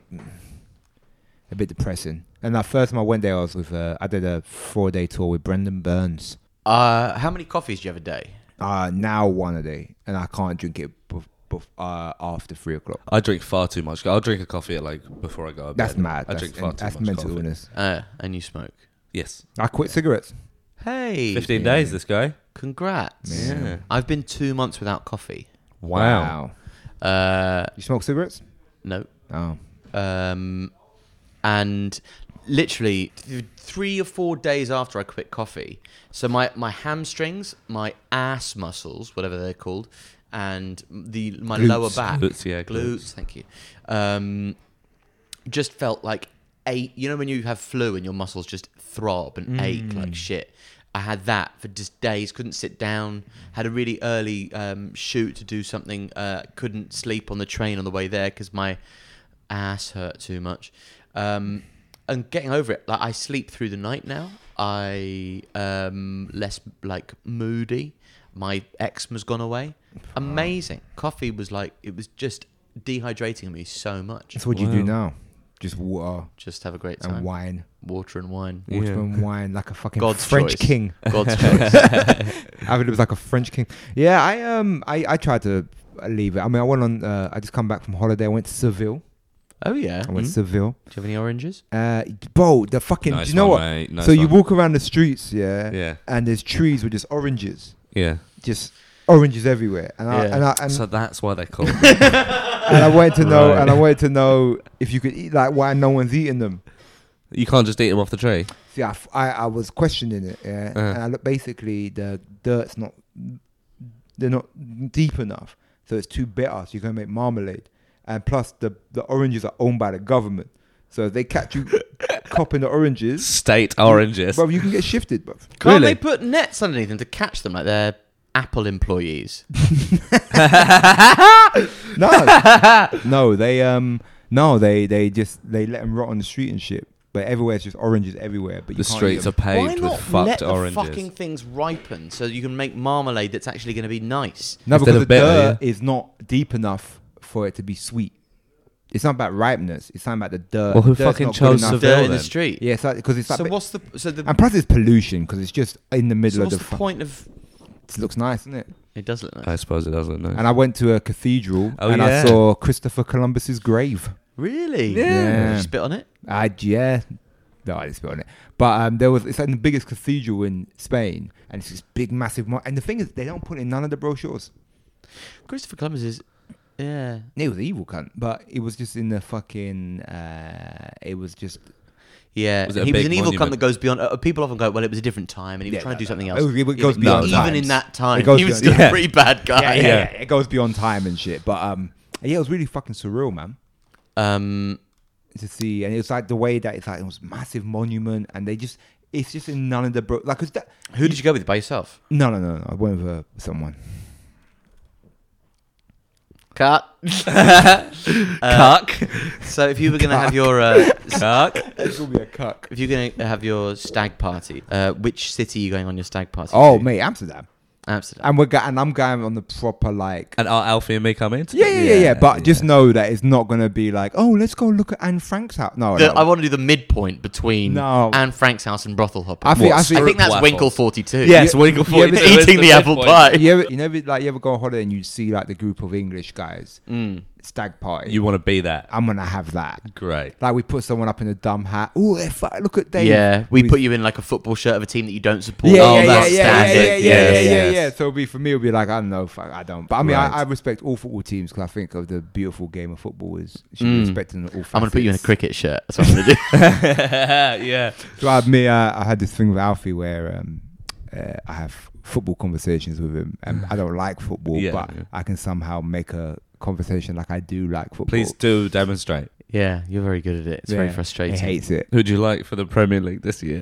B: a bit depressing. And that first time I went there, I was with, uh, I did a four-day tour with Brendan Burns.
A: Uh, how many coffees do you have a day?
B: Uh, now one a day, and I can't drink it bef- bef- uh, after three o'clock.
C: I drink far too much. I'll drink a coffee at like before I go. to
B: That's
C: bed.
B: mad.
C: I
B: that's
C: drink far too
B: that's
C: much
B: mental
C: coffee.
B: illness.
A: Uh, and you smoke.
C: Yes,
B: I quit cigarettes.
A: Hey,
C: fifteen days. This guy.
A: congrats.
C: Yeah.
A: I've been two months without coffee.
C: Wow.
A: Uh,
B: You smoke cigarettes?
A: no.
B: Oh.
A: um, and literally th- three or four days after I quit coffee, so my, my hamstrings, my ass muscles, whatever they're called, and the my
B: Glutes.
A: lower back,
C: Glutes, yeah, glutes.
A: glutes, thank you, um, just felt like ache. You know when you have flu and your muscles just throb and ache like shit. I had that for just days. Couldn't sit down. Had a really early um, shoot to do something. Uh, couldn't sleep on the train on the way there because my ass hurt too much. Um, and getting over it. Like I sleep through the night now. I um less like moody. My eczema's gone away. Amazing. Coffee was like it was just dehydrating me so much.
B: So what do you do now? Just water
A: Just have a great
B: and
A: time.
B: wine,
A: Water and wine.
B: water and wine, like a fucking
A: God's
B: French
A: choice.
B: king.
A: God's choice.
B: I mean, it was like a French king. Yeah, I um, I, I tried to leave it. I mean, I went on. Uh, I just come back from holiday. I went to Seville.
A: Oh yeah.
B: I
A: Do you
B: went to Seville.
A: have any oranges?
B: Uh, bro, the fucking.
C: Mm-hmm. Nice
B: do you know
C: one,
B: what?
C: mate. Nice
B: so you
C: one.
B: walk around the streets, yeah,
C: Yeah.
B: and there's trees with just oranges,
C: Yeah.
B: just oranges everywhere. And I
A: Yeah.
B: and I and,
C: so that's why they're called.
B: and I wanted to know, uh,
C: Right.
B: and I wanted to know if you could eat like why no one's eating them.
C: you can't just eat them off the tree.
B: See, I, f- I, I was questioning it, yeah.
C: Uh-huh.
B: And I look, basically, the dirt's not, they're not deep enough, so it's too bitter. So you're gonna make marmalade, and plus the the oranges are owned by the government, so if they catch you copping the oranges,
C: State oranges.
B: bro, you can get shifted, bro.
A: Can't
C: Really?
A: they put nets underneath them to catch them like they're Apple employees?
B: No, no, they um, no, they they just they let them rot on the street and shit. But everywhere's just oranges everywhere. But you
C: the
B: can't eat
C: streets are
B: them.
A: Why
C: paved with
A: not
C: fucked
A: let
C: oranges.
A: the fucking things ripen so you can make marmalade that's actually going to be nice?
B: No,
C: Instead
B: because the
C: of bitter,
B: dirt is not deep enough for it to be sweet. It's not about ripeness. It's not about the dirt.
C: Well, who
B: Dirt's
C: fucking
B: not good
C: chose
B: enough.
C: Seville?
A: Dirt in the
C: then.
A: street.
B: Yeah, it's like because it's like,
A: So what's the so the
B: and plus it's pollution because it's just in the middle
A: so
B: of
A: what's
B: the, Uh,
A: the
B: fu-
A: point of?
B: It looks nice, doesn't it?
A: It does look nice.
C: I suppose it doesn't. No.
B: And I went to a cathedral
C: Oh,
B: and
C: yeah.
B: I saw Christopher Columbus's grave.
A: Really?
B: Yeah.
A: Did you spit on it?
B: I yeah, no, I didn't spit on it. But um, there was it's like the biggest cathedral in Spain, and it's this big, massive. Mo- and the thing is, they don't put it in none of the brochures.
A: Christopher Columbus is. Yeah.
B: It was evil cunt, but it was just in the fucking. Uh, it was just
A: Yeah.
C: Was it
A: and
C: a
A: he was
C: big
A: an evil cunt
C: monument?
A: that goes beyond. Uh, people often go, well, it was a different time and he was
B: Yeah,
A: trying to
B: no,
A: do something
B: no,
A: else.
B: no. It goes
A: Yeah, but
B: beyond
A: Even
B: times.
A: in that
B: It
A: time,
B: goes
A: he was
B: beyond-
A: still
B: yeah.
A: a pretty bad guy.
B: yeah, yeah, yeah, It goes beyond time and shit. But um, yeah, it was really fucking surreal, man.
A: Um,
B: To see, and it was like the way that it's like it was massive monument, and they just. It's just in none of the bro. Like, 'cause that?
A: Who did you go with by yourself?
B: No, no, no, no. I went with uh, someone.
A: Cut.
C: Cuck.
A: Uh, So if you were gonna have your uh,
C: Cuck.
B: It's gonna be a cuck.
A: if you're gonna have your stag party, uh, which city are you going on your stag party?
B: Oh,
A: to?
B: mate, Amsterdam.
A: Amsterdam.
B: And we're go- and I'm going on the proper like.
C: And are Alfie and me coming?
B: Yeah, yeah, yeah, yeah. But just know that it's not gonna be like, oh, let's go look at Anne Frank's house. No,
A: The-
B: no.
A: I want to do the midpoint between
B: No.
A: Anne Frank's house and brothel hopper.
B: I think-
A: What,
B: I think-
A: I think that's
C: Waffles.
A: Winkle forty two.
B: Yes, Yeah,
C: Winkle
B: yeah, 42.
C: but-
A: eating the, apple
C: midpoint.
A: pie.
B: you ever, you never like you ever go on holiday and you see like the group of English guys stag party.
C: You want to be that?
B: I'm gonna have that.
C: Great.
B: Like we put someone up in a dumb hat. Oh, if I look at Dave.
A: Yeah, we
B: with-
A: put you in like a football shirt of a team that you don't support.
B: Yeah,
A: oh,
B: yeah, yeah,
A: that's
B: yeah, yeah,
A: standard.
B: yeah, yeah, yeah,
C: Yes,
B: yeah, yeah,
C: yes.
B: yeah. So it'll be for me, it'll be like I don't know, fuck, I don't. But I mean, I,
C: Right.
B: I respect all football teams because I think of the beautiful game of football is should
A: Mm.
B: be respecting all. Facets.
A: I'm gonna put you in a cricket shirt. That's what I'm gonna do. Uh,
C: yeah.
B: So I admit, uh, I had this thing with Alfie where um, uh, I have football conversations with him, and I don't like football,
C: Yeah,
B: but
C: yeah.
B: I can somehow make a conversation like I do like football.
C: Please do demonstrate.
A: yeah, you're very good at it. It's very
B: Yeah.
A: frustrating.
B: He hates it.
C: Who'd you like for the Premier League this year?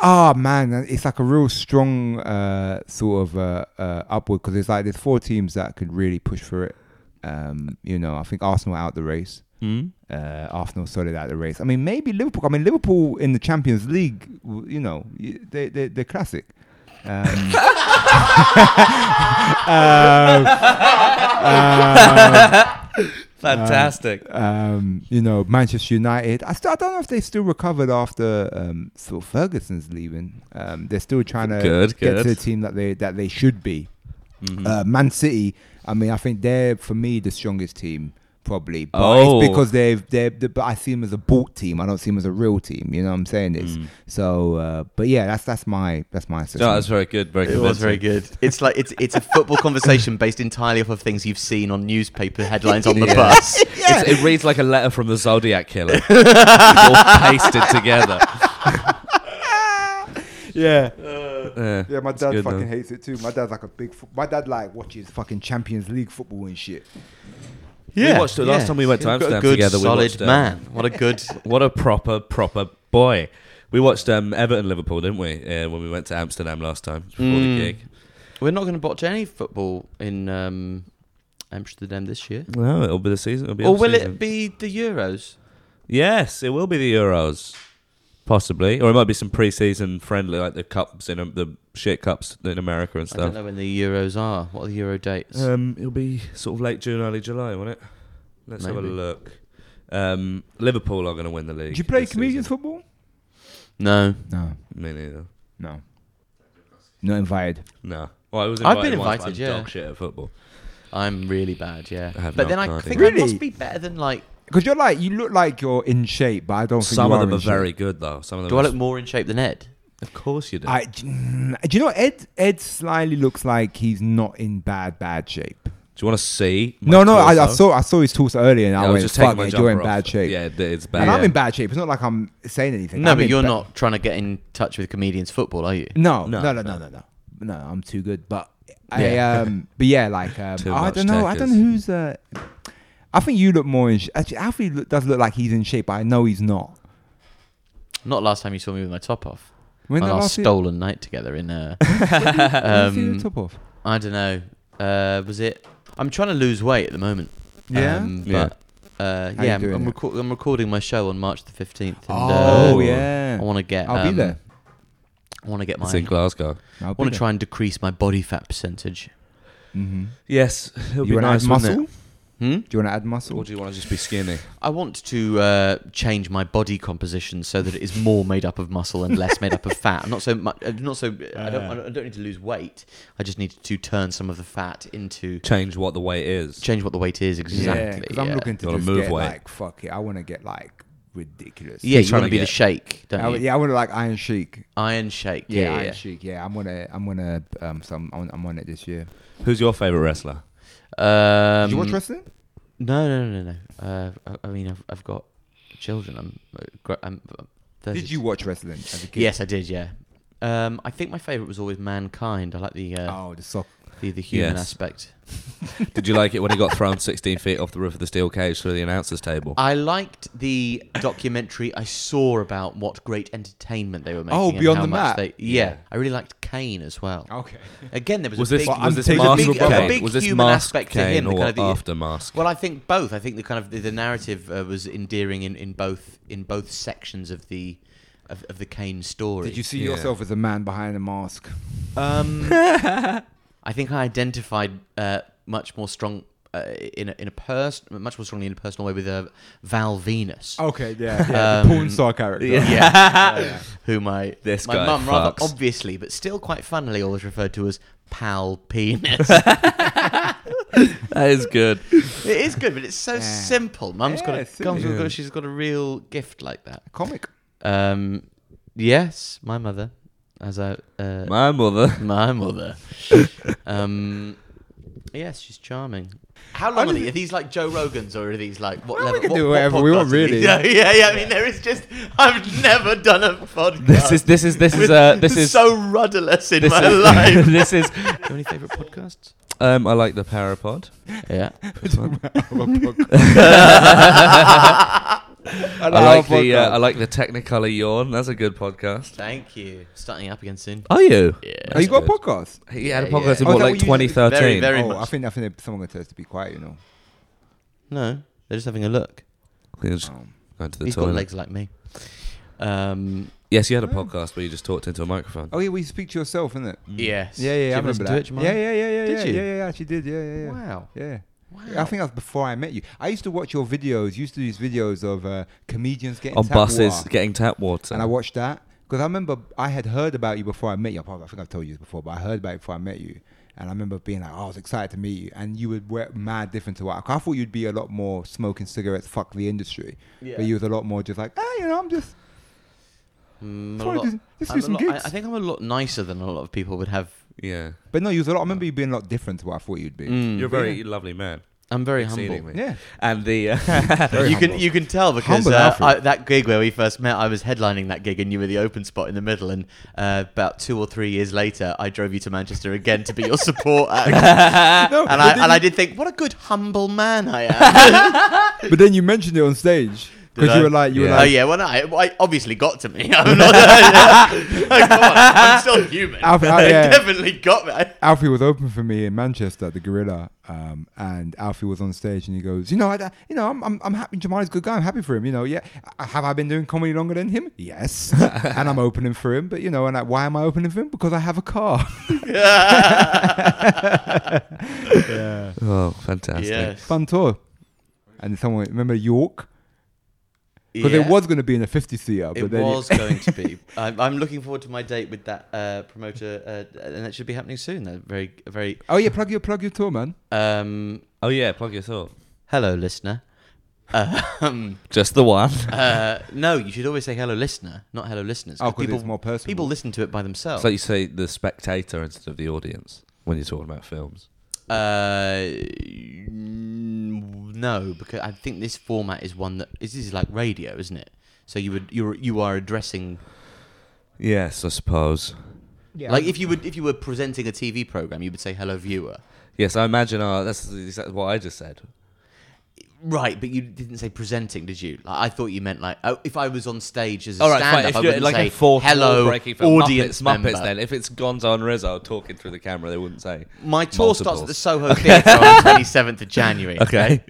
B: Oh man, it's like a real strong uh, sort of uh, uh, upward because it's like there's four teams that could really push for it. Um, you know, I think Arsenal are out the race.
C: Hmm?
B: Uh, Arsenal solid out the race. I mean, maybe Liverpool. I mean, Liverpool in the Champions League. w- You know, y- they they they're classic. Um, um, um,
C: Fantastic.
B: um, you know, Manchester United. I still I don't know if they still recovered after um, sort of Ferguson's leaving. Um, they're still trying to
C: Good,
B: get
C: good. Hmm.
B: to the team that they that they should be.
C: Mm-hmm.
B: Uh, Man City. I mean, I think they're for me the strongest team probably, but
C: Oh.
B: it's because they've they're, they but I see them as a bought team. I don't see them as a real team. You know what I'm saying? It's
C: Hmm.
B: so. Uh, but yeah, that's that's my that's my.
C: no,
B: assessment.
C: that's very good. Very
A: It was very
C: convincing.
A: good. It's like it's it's a football conversation based entirely off of things you've seen on newspaper headlines on the
C: Yeah.
A: bus.
C: It's- it reads like a letter from the Zodiac Killer, all pasted together.
B: yeah.
C: Yeah,
B: Yeah, my
C: it's
B: dad
C: good,
B: fucking
C: though.
B: hates it too. My dad's like a big. Fo- my dad like watches fucking Champions League football and shit.
C: We watched it last time we went to
A: You've got a
C: Amsterdam
A: good,
C: together. we
A: Solid
C: watched, um,
A: man. What a good.
C: What a proper, proper boy. We watched um, Everton Liverpool, didn't we? Uh, when we went to Amsterdam last time before
A: Mm.
C: the gig.
A: We're not going to botch any football in um, Amsterdam this year.
C: No, it'll be the season. It'll be
A: or
C: off
A: will
C: season.
A: it be the Euros?
C: Yes, it will be the Euros, possibly, or it might be some pre-season friendly, like the cups in um, the shit cups in America and
A: I don't
C: stuff.
A: know when the Euros are. What are the Euro dates?
C: Um, it'll be sort of late June, early July, won't it? Let's have a
A: Maybe.
C: look. Um, Liverpool are going to win the league.
B: Do you play
C: this
B: comedians
C: season.
B: football?
A: no.
B: No,
C: Me neither.
B: no, not invited.
C: No. Well, I was
A: I've
C: invited
A: been
C: once, but
A: invited,
C: I'm
A: yeah.
C: Dog shit at football.
A: I'm really bad, yeah.
C: I have
A: But
C: no
A: then I
C: idea.
A: think I
B: Really?
A: must be better than like.
B: Because you're like you look like you're in shape, but I don't. Think
C: Some
B: you
C: of them
B: in
C: are
B: shape.
C: very good, though. Some of them.
A: Do I
C: are-
A: look more in shape than Ed?
C: Of course you do.
B: I, do you know Ed? Ed slyly looks like he's not in bad bad shape.
C: do you want to see? my
B: no, no, I, I
C: torso?
B: saw I saw his torso earlier, and
C: Yeah,
B: I,
C: was
B: went,
C: just taking
B: "Fuck
C: my
B: it, you're in
C: jumper
B: bad
C: off.
B: shape."
C: Yeah, it- it's bad.
B: and I'm
A: yeah.
B: in bad shape. It's not like I'm saying anything.
A: No,
B: I'm
A: but
B: in
A: you're
B: ba-
A: not trying to get in touch with comedians football, are you?
B: No,
C: No,
B: no, no, no, no, no, no. I'm too good. But I,
A: Yeah.
B: um, but yeah, like um,
C: Too
B: I
C: much
B: don't know. I don't know
C: takers.
B: who's. Uh, I think you look more in. Sh- Actually, Alfie look, does look like he's in shape, but I know he's not.
A: Not last time you saw me with my top off.
B: When
A: on
B: the
A: our
B: last
A: stolen night together in uh
B: year, when did you
A: um,
B: top off.
A: I don't know. Uh, was it? I'm trying to lose weight at the moment.
B: Yeah?
A: Um,
C: Yeah.
A: but, Uh,
B: How you
A: yeah. I'm,
B: doing
A: I'm,
B: it?
A: reco- I'm recording my show on March the 15th. And,
B: Oh
A: uh,
B: yeah,
A: I want to get.
B: I'll be
A: um,
B: there.
A: I want to get my.
C: It's in Glasgow.
B: I
A: want to try and decrease my body fat percentage.
B: hmm
C: Yes, it'll
B: You
C: be
B: want to
C: nice.
B: add
C: wouldn't
B: muscle?
C: it?
B: Do
A: Hmm.
B: you want to add muscle?
C: Or do you want to just be skinny?
A: I want to uh, change my body composition so that it is more made up of muscle and less made up of fat. I'm not so much. I'm Not so. I don't. I don't- I don't need to lose weight. I just need to turn some of the fat into
C: Change what the weight is.
A: change what the weight is exactly.
B: because I'm
A: yeah.
B: looking to
C: You wanna
B: just
C: move
B: get
C: weight.
B: like fuck it. I want to get like ridiculous.
A: Yeah,
C: He's
A: you
C: trying
A: want to
C: to
A: be the
C: get-
A: shake, don't
B: I,
A: you?
B: would- yeah, I want to like Iron Sheik.
A: Iron shake.
B: Yeah,
A: Yeah, yeah.
B: Iron Sheik. Yeah, I'm gonna, I'm gonna, um, some, I'm, I'm on it this year.
C: Who's your favorite wrestler?
A: yeah. Um,
B: Do you watch wrestling?
A: No, no, no, no. no. Uh, I, I mean, I've, I've got children. I'm. uh, gr- I'm uh, 30.
B: Did you watch wrestling as a kid?
A: Yes, I did. Yeah. Um, I think my favorite was always mankind. I like the. Uh,
B: Oh, the sock.
A: the the human
C: Yes.
A: aspect.
C: Did you like it when he got thrown 16 feet off the roof of the steel cage through the announcer's table?
A: I liked the documentary I saw about what great entertainment they were making.
B: Oh,
A: and
B: Beyond
A: how
B: the
A: much
B: Mat.
A: They, yeah, I really liked Kane as well.
B: Okay.
A: Again, there was,
C: was
A: a
C: this
A: big,
B: Well,
C: was
B: I'm
C: this
B: taking-
C: mask
A: a big-
C: Kane?
A: a big
C: was this
A: human
C: mask
A: aspect to
C: Kane
A: him, the
C: or
A: kind of the-
C: after mask?
A: Well, I think both. I think the kind of the, the narrative uh, was endearing in, in both in both sections of the of, of the Kane story.
B: Did you see
C: Yeah.
B: yourself as a man behind a mask?
A: Um, I think I identified uh, much more strong uh, in a, in a pers- much more strongly in a personal way with uh, Val Venus.
B: Okay, yeah, yeah. the porn star character.
A: Um, Yeah. who my
C: This
A: my
C: guy
A: mum rather
C: fucks.
A: obviously, but still quite funnily always referred to as pal penis.
C: that is good.
A: it is good, but it's so simple. Mum's
B: Yeah,
A: got a,
B: simple.
A: mum's got a-
C: Yeah.
A: she's got a real gift like that.
B: Comic.
A: Um, yes, my mother, as I uh, my,
C: My mother.
A: mother. um, yes, she's charming. How
B: I
A: long are
B: just-
A: these? Are these like Joe Rogan's, or are these like what
B: Well, we
A: level?
B: can
A: what-
B: do
A: what
B: whatever we want,
A: podcasts are these?
B: really.
A: Yeah, yeah, yeah. I mean, there is just I've never done a podcast.
C: This is this is this is uh
A: with-
C: this is
A: so rudderless in
C: this
A: my
C: is,
A: life.
C: this is
A: any favorite podcasts?
C: um I like the Parapod.
A: Yeah.
C: I like the uh, I like the Technicolor yawn. That's a good podcast.
A: Thank you. Starting up again soon.
C: Are you?
A: Yeah.
B: Have Oh, you got a
C: good.
B: podcast?
C: He had a
A: Yeah,
C: podcast
A: yeah.
C: in
B: Oh,
C: what like
B: that we used to-
C: 2013.
A: Very, very-
B: oh,
A: much.
B: I think I think someone gonna tell us to be quiet. You know.
A: No, they're just having a look.
C: He was
B: Um,
C: going to the
A: He's
C: toilet.
A: got legs like me. Um.
C: Yes, you had a podcast where you just talked into a microphone.
B: oh yeah, we speak to yourself, isn't it?
A: Mm. Yes.
B: Yeah,
A: Did
B: yeah, yeah. I
A: you
B: remember
A: listen
B: that.
A: to it, Jemima?
B: yeah, yeah, yeah, yeah.
A: Did
B: yeah,
A: you?
B: Yeah, yeah, she did. Yeah, yeah, yeah.
A: Wow.
B: Yeah.
A: Wow.
B: I think that's before I met you. I used to watch your videos. You used to do these videos of uh, comedians getting
C: on
B: tap
C: buses
B: water.
C: getting tap water.
B: and I watched that because I remember I had heard about you before I met you. I probably- I think I've told you this before, but I heard about it before I met you, and I remember being like, oh, "I was excited to meet you," and you were we- mad different to what I, I thought. You'd be a lot more smoking cigarettes, fuck the industry,
A: Yeah.
B: but you was a lot more just like, ah, you know, I'm just
A: Mm, a
B: Sorry,
A: lot-
B: just- just
A: I'm
B: do
A: a
B: some
A: lot- I-
B: gigs.
A: I think I'm a lot nicer than a lot of people would have.
C: yeah,
B: But no, you was a lot. I remember you being a lot different to what I thought you'd be.
A: Mm.
C: you're a very lovely man.
A: I'm very humble.
C: Hmm. Exceedingly.
B: Yeah.
C: and the uh,
B: Very
A: you can
B: humble.
A: you can tell because
B: Humble
A: uh,
B: Alfred.
A: I, that gig where we first met, I was headlining that gig and you were the open spot in the middle. And uh, about two or three years later, I drove you to Manchester again to be your support act.
B: No,
A: and
B: but
A: I
B: then
A: and I
B: you-
A: did think, what a good humble man I am. Oh,
B: But then you mentioned it on stage
A: Did
B: because
A: I?
B: you were like, you were
C: Yeah.
A: oh
B: like,
A: yeah, well, I, well, I obviously got to me. I'm not. Oh, Come on, I'm still human.
B: Alfred, oh,
A: It
B: yeah.
A: definitely got me.
B: Alfie was open for me in Manchester, the Gorilla, um, and Alfie was on stage and he goes, you know, I, you know, I'm, I'm, I'm happy. Jamari's a good guy. I'm happy for him. You know, yeah. I- Have I been doing comedy longer than him? Yes. and I'm opening for him, but you know, and like, why am I opening for him? Because I have a car. yeah.
C: oh, fantastic.
A: yes.
B: Fun tour. And someone remember York because
A: Yeah.
B: it was going to be in a 50 seater, but
A: It
B: then
A: was going to be. I'm, I'm looking forward to my date with that uh, promoter, uh, and that should be happening soon. They're very, very.
B: oh yeah, plug your plug your tour, man.
A: Um,
C: Oh yeah, plug your thought.
A: hello, listener. Um,
C: Just the one.
A: uh, no, you should always say hello, listener, not hello, listeners. 'cause
B: Oh, 'cause it's more personal.
A: People listen to it by themselves.
C: It's like you say the spectator instead of the audience when you're talking about films.
A: Uh, n- no, because I think this format is one that is this is like radio, isn't it? So you would you you are addressing
C: Yes, I suppose.
B: Yeah.
A: like if you would if you were presenting a TV program, you would say hello, viewer.
C: Yes, I imagine. Uh, that's exactly what I just said.
A: Right, but you didn't say presenting, did you? Like, I thought you meant like, oh, if I was on stage as a
C: All right,
A: stand-up,
C: fine. If
A: I
C: you're
A: wouldn't
C: like
A: say
C: a fourth
A: hello,
C: wall breaking film,
A: audience
C: Muppets,
A: member.
C: Muppets. Then if it's Gonzo and Rizzo talking through the camera, they wouldn't say.
A: My tour starts at the
C: multiples.
A: Soho Theatre on twenty seventh of January.
C: Okay.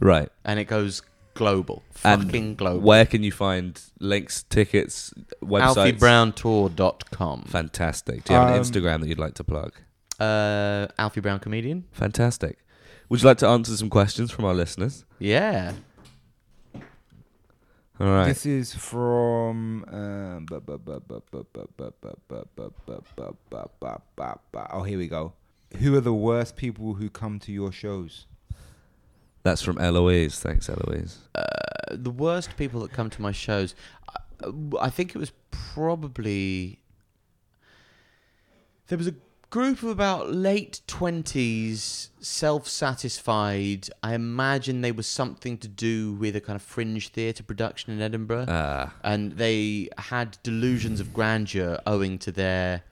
C: right.
A: and it goes global,
C: And
A: fucking global.
C: Where can you find links, tickets, websites?
A: AlfieBrownTour.com.
C: Fantastic. Do you have an
B: Um,
C: Instagram that you'd like to plug?
A: Uh, Alfie Brown comedian.
C: Fantastic. Would you like to answer some questions from our listeners?
A: Yeah.
C: All right.
B: This is from. um, bu- bu- bu- bu- bu- bu- bu- bu- bu- bu- bu- bu- bu- bu- bu- bu- Oh, here we go. Who are the worst people who come to your shows?
C: That's from Eloise. Thanks, Eloise.
A: uh, the worst people that come to my shows, I, I think it was probably there was a group of about late twenties, self-satisfied. I imagine they were something to do with a kind of fringe theatre production in Edinburgh,
C: Ah.
A: and they had delusions of grandeur owing to their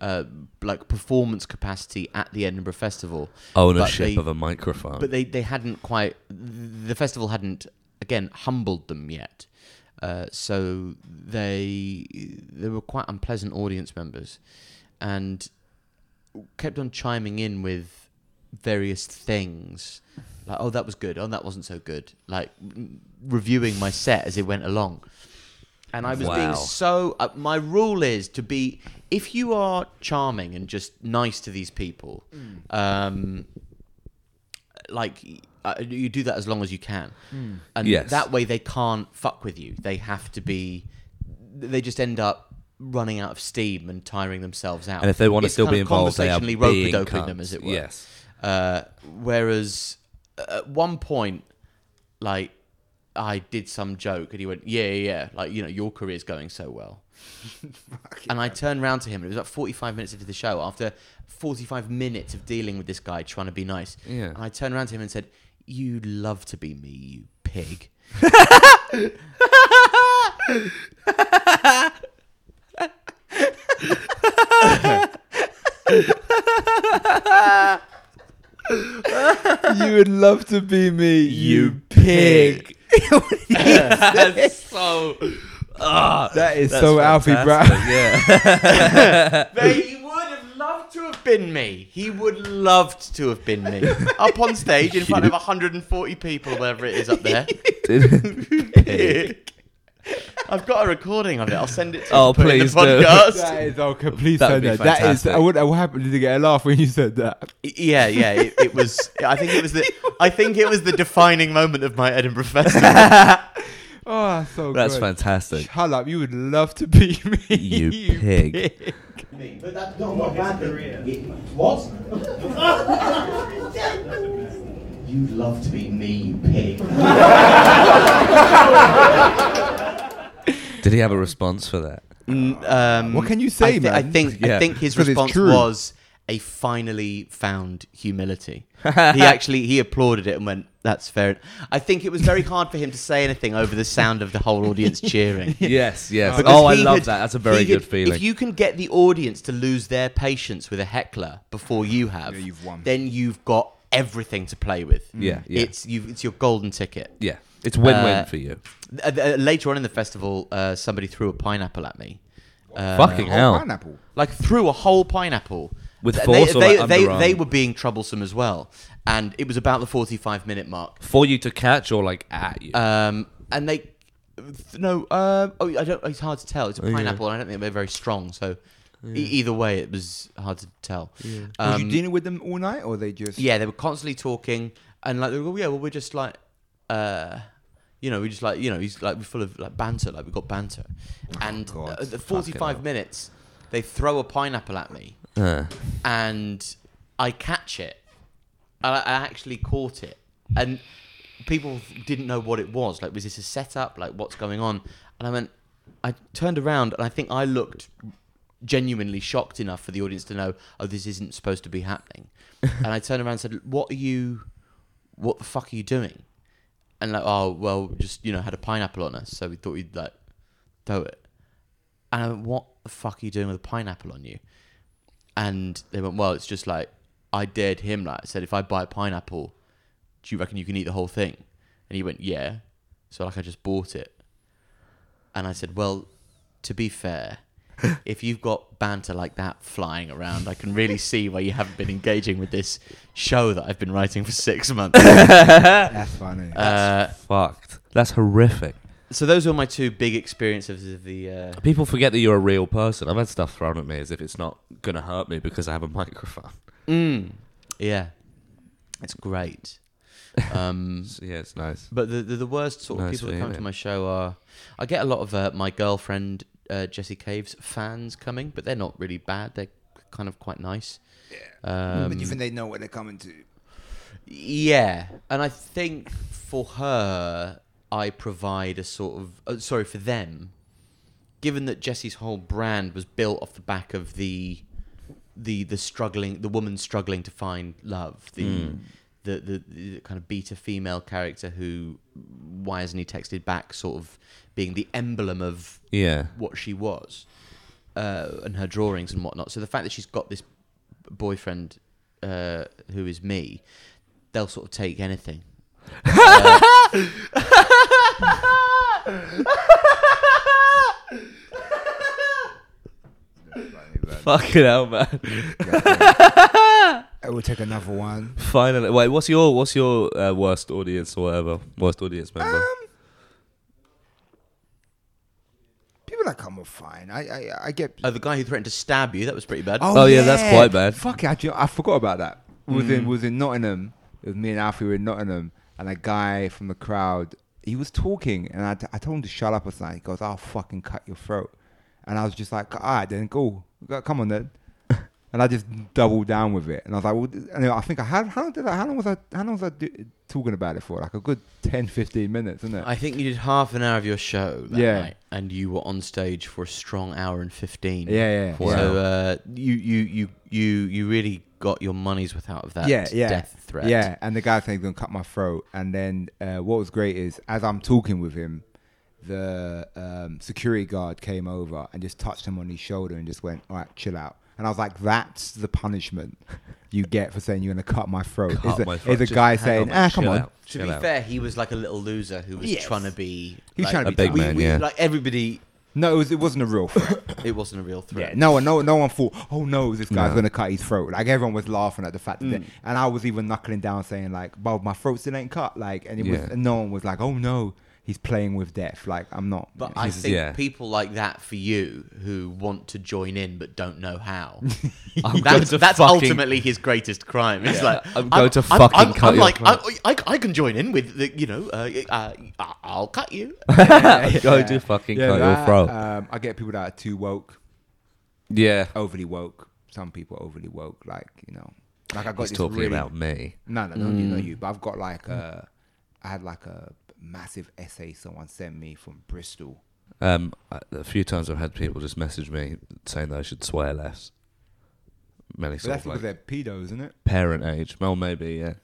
A: uh, like performance capacity at the Edinburgh Festival.
C: Ownership
A: they-
C: of a microphone.
A: But they, they hadn't quite, the festival hadn't, again, humbled them yet. Uh, so they they were quite unpleasant audience members and kept on chiming in with various things. Like, oh, that was good. Oh, that wasn't so good. Like, m- reviewing my set as it went along. And I was
C: Wow.
A: being so. Uh, my rule is to be. If you are charming and just nice to these people, um, like uh, you do that as long as you can, and
C: Yes.
A: that way they can't fuck with you. They have to be. They just end up running out of steam and tiring themselves out.
C: and if they want to
A: It's
C: still
A: kind
C: be
A: of
C: involved, they are
A: conversationally rope
C: being
A: doping
C: cunts.
A: them, as it were.
C: Yes.
A: Uh, whereas uh, at one point, like I did some joke, and he went, "Yeah, yeah, yeah. like you know, your career's going so well." and I turned round to him, and it was like 45 minutes into the show. After 45 minutes of dealing with this guy trying to be nice,
C: Yeah.
A: and I turned around to him and said, "You love to be me, you pig."
B: you would love to be me,
A: You pig.
C: That's so. Ah,
B: That is
C: that's
B: so Alfie Brown.
C: fantastic, Yeah.
A: he would have loved to have been me. He would loved to have been me up on stage in front of 140 people, whatever it is up there. I've got a recording of it. I'll send it to
C: Oh,
A: you. to put in
C: please do.
A: the podcast.
B: That is oh, complete
C: That would
B: that,
C: be
B: that is. I
C: fantastic.
B: would. I would happen to get a laugh when you said that.
A: Yeah, yeah. It, it was. I think it was the. I think it was the defining moment of my Edinburgh Festival.
B: Oh, that's so
C: That's
B: good.
C: fantastic.
B: Shut up! You would love to be me,
C: You pig.
E: But that's not what happened. What? you love to be me, you pig.
C: Did he have a response for that?
A: um,
B: What can you say,
A: I thi-
B: man?
A: I think. I
C: Yeah.
A: think his
B: 'Cause it's
A: response
B: true.
A: was a finally found humility. he actually he applauded it and went, "That's fair." I think it was very hard for him to say anything over the sound of the whole audience cheering.
C: Yes, yes.
A: Because
C: oh, I
A: he
C: love
A: had-
C: that. That's a very
A: he had-
C: good feeling.
A: If you can get the audience to lose their patience with a heckler before you have,
B: Yeah, you've won.
A: then you've got everything to play with.
C: Mm. Yeah, yeah.
A: It's you it's your golden ticket.
C: yeah, it's win-win
A: Uh,
C: for you.
A: Uh, th- uh, later on in the festival, uh, somebody threw a pineapple at me. Uh,
C: Fucking hell.
B: Pineapple.
A: Like threw a whole pineapple.
C: With
A: Th-
C: force or
A: they,
C: like
A: they, they,
C: underarm?
A: they were being troublesome as well, and it was about the forty-five minute mark.
C: For you to catch or like at you.
A: Um, and they, th- no, uh, oh, I don't. It's hard to tell. It's
B: Oh,
A: a pineapple, and I don't think they're very strong. So, e- either way, it was hard to tell.
B: Were you
A: Um,
B: dealing with them all night, or they just?
A: yeah, they were constantly talking, and like, they were, yeah, well, we're just like, uh, you know, we just like, you know, he's like, we're full of like banter, like we've got banter, and
B: Oh, God,
A: uh, the forty-five minutes, they throw a pineapple at me,
C: Uh,
A: and I catch it. I, I actually caught it, and people didn't know what it was. Like, was this a setup? Like, what's going on? And I went, I turned around, and I think I looked genuinely shocked enough for the audience to know, oh, this isn't supposed to be happening. and I turned around and said, "What are you? What the fuck are you doing?" And like, oh, well, just you know, had a pineapple on us, so we thought we'd like throw it. And I went, "What the fuck are you doing with a pineapple on you?" And they went, well, it's just like I dared him. Like I said, if I buy a pineapple, do you reckon you can eat the whole thing? And he went, yeah. So like I just bought it, and I said, well, to be fair, if you've got banter like that flying around, I can really see why you haven't been engaging with this show that I've been writing for six months.
B: That's funny.
A: Uh,
C: fucked. That's horrific.
A: so those were my two big experiences of the. Uh,
C: People forget that you're a real person. I've had stuff thrown at me as if it's not gonna hurt me because I have a microphone.
A: yeah, it's great. Um,
C: So, yeah, it's nice.
A: But the, the, the worst sort of
C: Nice
A: people that
C: for you,
A: come to
C: mate.
A: my show are I get a lot of uh, my girlfriend uh, Jessie Caves fans coming, but they're not really bad. They're kind of quite nice. Yeah. Um,
B: they know what they're coming to?
A: yeah, and I think for her, I provide a sort of uh, sorry for them. Given that Jessie's whole brand was built off the back of the the the struggling the woman struggling to find love the the, the the kind of beta female character who why hasn't he texted back sort of being the emblem of
C: Yeah.
A: what she was uh, and her drawings and whatnot. So the fact that she's got this boyfriend uh, who is me, they'll sort of take anything. Uh,
C: Fucking hell, man!
B: I will take another one.
C: Finally, wait. What's your what's your uh, worst audience or whatever? Worst audience member?
B: Um, People that come are fine. I I, I get.
A: Uh, the guy who threatened to stab you, that was pretty bad.
C: Oh, yeah, that's quite bad. Mm.
B: Fuck it, I, do you know- I forgot about that. We was in we was in Nottingham. It was me and Alfie were in Nottingham, and a guy from the crowd. He was talking, and I, t- I told him to shut up or something. He goes, "I'll fucking cut your throat," and I was just like, "All right, then go, Go- come on then." and I just doubled down with it, and I was like, "Well, th- and I think I had how long did I, how long was I how long was I do, talking about it for? Like a good 10, 15 minutes, isn't it?
A: I think you did half an hour of your show that
B: Yeah.
A: night, and you were on stage for a strong hour and fifteen.
B: Yeah, yeah. Wow.
A: So uh, you you you you you really got your money's worth out of that.
B: yeah, yeah,
A: death threat.
B: Yeah, and the guy saying he's gonna cut my throat. And then uh, what was great is as I'm talking with him, the um, security guard came over and just touched him on his shoulder and just went, "All right, chill out." And I was like, "That's the punishment you get for saying you're gonna cut my throat."
C: Cut
B: is a,
C: my throat.
B: a
C: Just
B: guy
C: hang
B: saying,
C: on,
B: "Ah, come
C: chill
B: on."
C: out,
A: To
C: chill
A: be
C: out."
A: fair, he was like a little loser who was
B: Yes.
A: trying to be.
B: He was
A: like,
B: trying to be
C: a big
B: tough.
A: we,
C: man,
A: we-
C: yeah.
A: Like everybody,
B: No, it, was, it wasn't a real threat.
A: it wasn't a real
B: yeah,
A: threat.
B: no one, no, no one thought, "Oh no, this guy's
C: No. Mm.
B: gonna cut his throat." Like everyone was laughing at the fact that, and I was even knuckling down, saying like, "Well, my throat still ain't cut." Like, and it was,
C: Yeah.
B: and no one was like, "Oh no." He's playing with death. Like I'm not.
A: But I think
C: yeah.
A: people like that for you who want to join in but don't know how.
C: going
A: that's
C: to
A: that's
C: fucking-
A: ultimately his greatest crime. It's like
C: I'm going to fucking
A: I'm,
C: cut
A: I'm
C: your
A: like I,
C: throat.
A: I, I can join in with the, you know uh, uh, I- I'll cut you.
C: Go do fucking cut your
B: that,
C: throat.
B: Um, I get people that are too woke,
C: yeah,
B: overly woke. Some people overly woke, like you know, like I got
C: he's
B: this
C: talking
B: really,
C: about me. Mm.
B: No, no, no, you know you. But I've got like a, I had like a massive essay someone sent me from Bristol.
C: Um, I- a few times I've had people just message me saying that I should swear less. Mainly
B: But
C: sort
B: that's
C: of like
B: because they're pedos, isn't it?
C: parent age. Well, maybe yeah,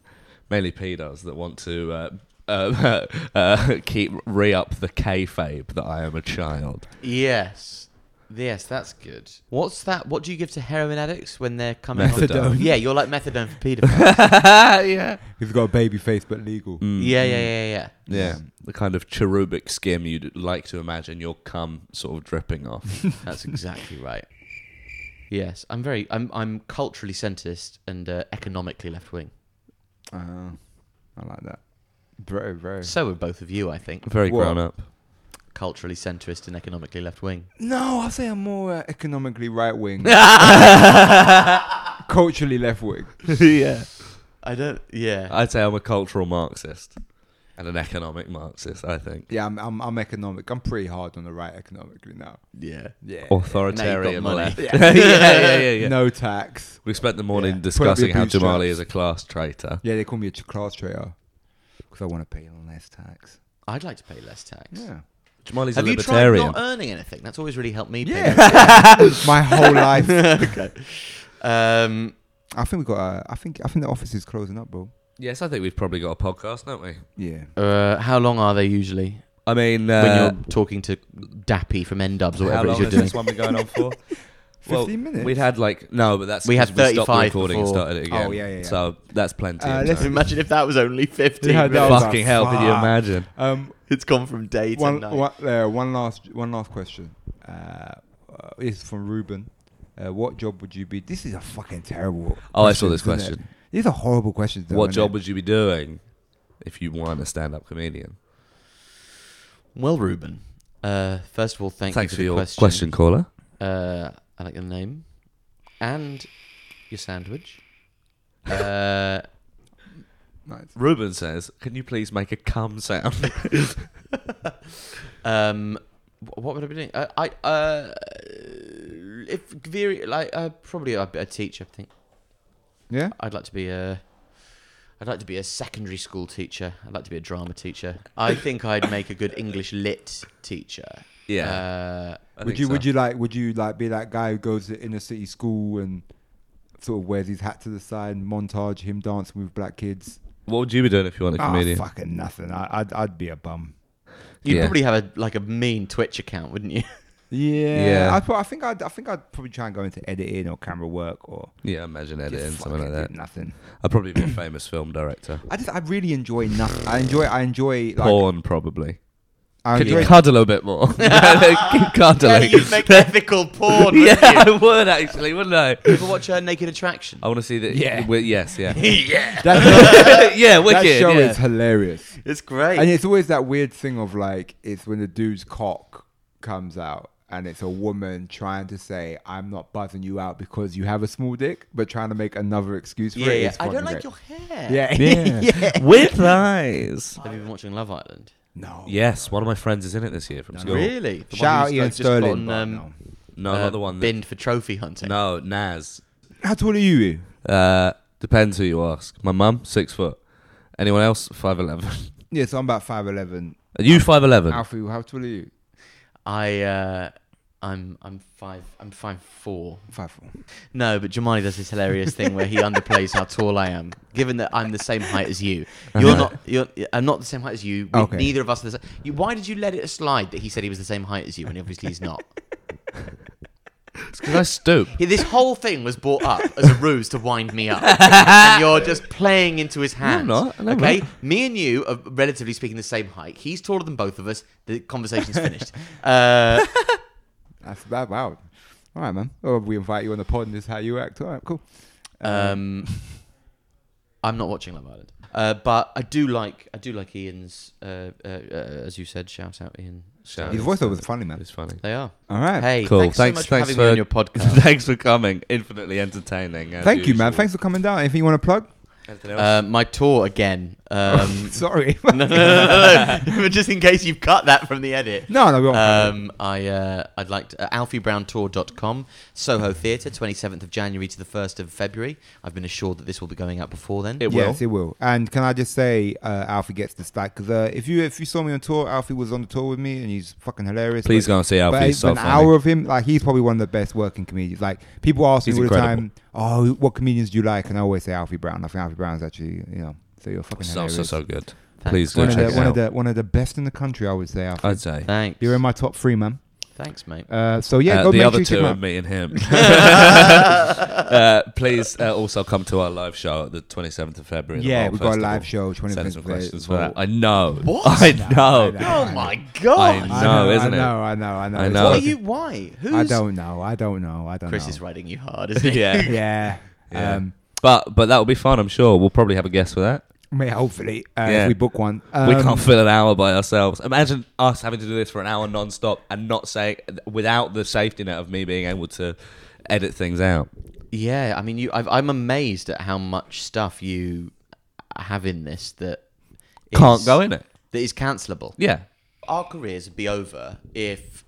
C: mainly pedos that want to uh, uh, uh, keep re up the kayfabe that I am a child.
A: yes, yes, that's good. What's that? What do you give to heroin addicts when they're coming?
C: Methadone.
A: On? Yeah, you're like methadone for paedophiles.
C: yeah,
B: He's got a baby face, but legal.
A: yeah, yeah, yeah, yeah.
C: Mm. yeah, the kind of cherubic skim you'd like to imagine your cum sort of dripping off.
A: That's exactly right. Yes, I'm very. I'm. I'm culturally centrist and uh, economically left wing.
B: Uh, I like that. Bro, bro.
A: So are both of you, I think.
C: Very
B: What?
C: grown up.
A: Culturally centrist and economically left wing.
B: No, I'll say I'm more uh, economically right wing, culturally left wing.
C: yeah,
A: I don't. Yeah.
C: I'd say I'm a cultural Marxist and an economic Marxist. I think
B: Yeah, I'm, I'm, I'm economic. I'm pretty hard on the right economically now.
A: yeah.
B: Yeah.
C: authoritarian
A: money.
C: left. yeah, yeah, Oh, yeah, yeah.
B: No tax.
C: We spent the morning
B: Yeah.
C: discussing
B: Put up
C: how
B: your
C: Jamali
B: bootstraps.
C: is a class traitor.
B: Yeah, they call me a ch- class traitor because I want to pay less tax.
A: I'd like to pay less tax.
B: Yeah.
C: Jamali's
A: Have
C: a
A: you tried
C: libertarian.
A: not uh, earning anything? That's always really helped me. pay
B: Yeah.
A: less
B: My whole life.
A: tax. um.
B: I think we got. Uh, I think. I think the office is closing up, bro.
C: yes, I think we've probably got a podcast, don't we?
B: Yeah.
A: Uh, how long are they usually
C: I mean,
A: when
C: uh,
A: you're talking to Dappy from N Dubs or
C: how
A: whatever it is
C: long
A: you're
C: has
A: doing?
C: this one been going on for? Well,
B: 15 minutes?
C: We'd had like no, but that's
A: We had
C: 'cause we stopped
A: 35
C: recording and
A: before.
C: started it again.
B: Oh, yeah, yeah, yeah.
C: So that's plenty.
B: Uh,
C: of
B: let's-
C: time.
A: Imagine if that was only fifteen.
B: Yeah,
A: minutes.
B: that was-
C: Fucking hell! Can you
B: Fuck.
C: imagine?
B: Um.
A: It's gone from day to
B: One.
A: night.
B: One, uh, one last. One last question. Uh, uh, this is from Ruben. Uh, what job would you be? This is a fucking terrible.
C: Oh, I saw this
B: questions, isn't it?
C: question.
B: These are horrible questions. Though,
C: What
B: innit?
C: job would you be doing if you weren't a stand-up comedian?
A: Well, Ruben. Uh, first of all, thank
C: Thanks
A: you
C: for
A: for, the
C: your
A: question.
C: question, caller.
A: Uh, I like your name and your sandwich. Uh,
B: Nice.
C: Ruben says, "Can you please make a cum sound?"
A: um, wh- what would I be doing? Uh, I uh, if very like uh, probably I'd be a teacher. I think
B: Yeah.
A: I'd like to be a. I'd like to be a secondary school teacher. I'd like to be a drama teacher. I think I'd make a good English lit teacher.
C: yeah.
A: Uh,
C: I
B: Would
C: think
B: you
C: so.
B: would you like would you like be that guy who goes to inner city school and sort of wears his hat to the side and montage him dancing with black kids?
C: What would you be doing if you weren't a
B: Ah,
C: comedian?
B: fucking nothing. I, I'd I'd be a bum.
A: you'd
C: Yeah.
A: probably have a like a mean Twitch account, wouldn't you?
B: Yeah,
C: Yeah.
B: I, pro- I think I'd, I think I'd probably try and go into editing or camera work or
C: Yeah, imagine
B: just
C: editing something like
B: fucking
C: that.
B: do Nothing.
C: I'd probably be a famous film director.
B: I just I really enjoy nothing. I enjoy I enjoy like
C: Porn, probably.
B: I
C: Could
B: enjoy
C: you cuddle a bit more? Keep
A: Yeah,
C: cuddling.
A: you'd make ethical porn.
C: Yeah,
A: Wouldn't you?
C: I would actually, wouldn't I?
A: Ever watch her Naked Attraction?
C: I want to see that.
B: Yeah.
C: wi- yes, yeah,
A: yeah,
B: that,
C: yeah.
B: that
C: Wicked.
B: show
C: yeah.
B: is hilarious.
A: it's great.
B: And it's always that weird thing of like, it's when the dude's cock comes out and it's a woman trying to say, I'm not buzzing you out because you have a small dick, but trying to make another excuse for
A: yeah,
B: it.
A: yeah.
B: It's
A: I don't
B: fucking
A: like
B: great.
A: your hair.
B: Yeah. yeah.
C: With eyes.
A: Have you been watching Love Island?
B: No.
C: Yes, one of my friends is in it this year from school.
A: Really? The one
B: Shout out
A: who's
B: Ian
A: just gotten,
B: Sterling. but
A: um,
B: no.
C: No,
A: uh,
C: not the one. That,
A: binned for trophy hunting.
C: no, Naz.
B: How tall are you?
C: Uh, depends who you ask. My mum, six foot. Anyone else, five eleven.
B: Yeah, so I'm about 5'11.
C: You five eleven.
B: Alfie, how tall are you?
A: I uh, I'm I'm five I'm five four.
B: 5'4.
A: No, but Jamani does this hilarious thing where he underplays how tall I am. Given that I'm the same height as you, you're not. You're, I'm not the same height as you. We-
B: Uh-huh. Okay.
A: Neither of us are the same. You, why did you let it slide that he said he was the same height as you, and obviously he's not?
C: Because I stoop.
A: Yeah, this whole thing was brought up as a ruse to wind me up, and you're just playing into his hands.
C: not. No, I'm
A: okay,
C: not.
A: me and you are relatively speaking the same height. He's taller than both of us. The conversation's finished. Uh,
B: That's that wow. All right, man. Oh, we invite you on the pod and this is how you act. All right, cool.
C: Uh,
A: Um, I'm not watching Love Island, uh, but I do like I do like Ian's. Uh, uh, uh, as you said, shout out Ian.
C: Shout
B: Um, His
C: out.
B: voiceover was funny, man.
C: It's funny.
A: They are.
B: All right.
A: Hey,
C: Cool.
A: thanks,
C: Thanks-
A: so much
C: thanks
A: for having me on
C: for-
A: your podcast.
C: Thanks for coming. Infinitely entertaining. as
B: Thank you, man.
C: usual.
B: Thanks for coming down. Anything you want to plug?
C: Anything else?
A: Uh, my tour again. Um,
B: Sorry.
A: no, no, no, no, no, no. just in case you've cut that from the edit.
B: No, no, we won't.
A: Um, I uh, I'd like to, uh, alfiebrowntour.com, Soho Theatre, 27th of January to the 1st of February. I've been assured that this will be going out before then.
C: It
B: Yes, it will. And can I just say, uh, Alfie gets the stack because uh, if you if you saw me on tour, Alfie was on the tour with me, and he's fucking hilarious.
C: Please
B: But-
C: go and see Alfie.
B: But
C: He's
B: it's
C: so
B: an
C: funny.
B: hour of him, like he's probably one of the best working comedians. Like people ask me
C: He's
B: all
C: incredible.
B: the time, "Oh, what comedians do you like?" And I always say Alfie Brown. I think Alfie Brown's actually, you know, so you're fucking
C: so
B: hilarious.
C: so so good.
A: Thanks.
C: Please go
B: one of
C: check
B: the
C: it
B: one
C: out.
B: of the one of the best in the country, I would say. Alfie,
C: I'd say.
A: Thanks.
B: you're in my top three, man.
A: Thanks, mate.
B: Uh, so Uh, yeah,
C: Uh,
B: go
C: the
B: make
C: other
B: sure you check
C: two
B: him
C: are
B: out.
C: me and him. uh, please uh, also come to our live show at the 27th of February. at the
B: Yeah,
C: Royal
B: we've got a
C: Festival.
B: live show. Twenty
C: Send us
B: minutes.
C: some questions for
B: later.
C: that. I know.
A: What?
C: I know.
A: oh my
C: I
A: god!
C: know,
B: I know,
C: isn't
B: I
C: it?
B: know, I know, I know.
C: I
B: It's
C: know.
A: Why
B: fucking-
A: you? Why? Who's?
B: I don't know. I don't know. I don't
A: Chris
B: know.
A: is riding you hard, isn't he?
C: Yeah.
B: Yeah.
C: Yeah.
B: Um,
C: But but that will be fun, I'm sure. We'll probably have a guest for that.
B: may hopefully uh,
C: Yeah.
B: if we book one.
C: we
B: Um,
C: can't fill an hour by ourselves. Imagine us having to do this for an hour non-stop and not say without the safety net of me being able to edit things out.
A: Yeah, I mean, you. I've, I'm amazed at how much stuff you have in this that is-
C: Can't go in it.
A: That is cancelable.
C: Yeah.
A: Our careers would be over if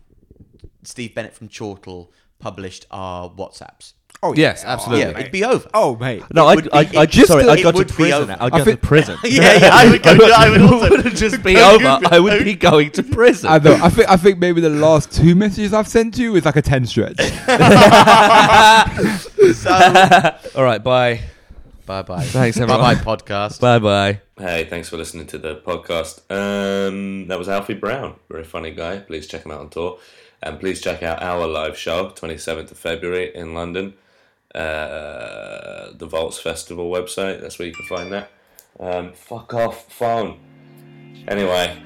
A: Steve Bennett from Chortle published our WhatsApps.
B: Oh
C: Yes, absolutely.
A: Yeah, it'd be over.
B: Oh mate.
C: No, I,
A: would be-
C: I, I
A: it
C: just sorry,
A: would-
C: I
A: it
C: got to
A: would be
C: prison.
A: over.
C: I got
B: I think-
C: to prison.
A: yeah, yeah, I would go. to- I would also
C: It would just be over. I would be going to prison.
B: I know. I think I think maybe the last two messages I've sent you is like a ten stretch.
C: All right, bye.
A: Bye bye.
C: Thanks,
A: Bye
C: everyone.
A: bye podcast.
C: Bye bye.
F: Hey, thanks for listening to the podcast. Um, that was Alfie Brown, very funny guy. Please check him out on tour, and please check out our live show, twenty seventh of February in London, uh, the Vaults Festival website. That's where you can find that. Um, fuck off phone. Anyway,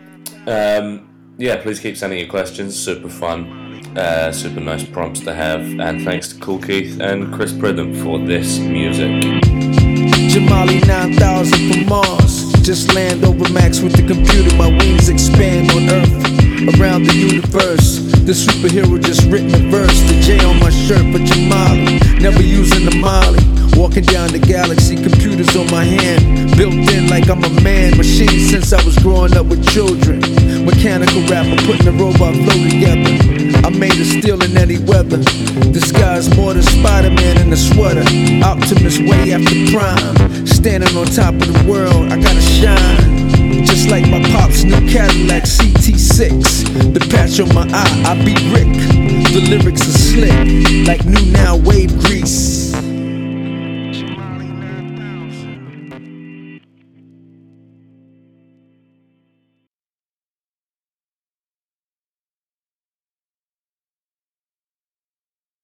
F: um, yeah, please keep sending your questions. Super fun, uh, super nice prompts to have, and thanks to Cool Keith and Chris Pridham for this music.
G: Jamali 9000 from Mars. Just land over Max with the computer. My wings expand on Earth, around the universe. The superhero just written a verse. The J on my shirt, but Jamali never using the Molly. Walking down the galaxy, computers on my hand. Built in like I'm a man. Machine since I was growing up with children. Mechanical rapper, putting the robot flow together. I made it still in any weather. Disguised more than Spider Man in a sweater. Optimus way after prime. Standing on top of the world, I gotta shine. Just like my pop's new Cadillac CT6. The patch on my eye, I be Rick. The lyrics are slick, like new now wave grease.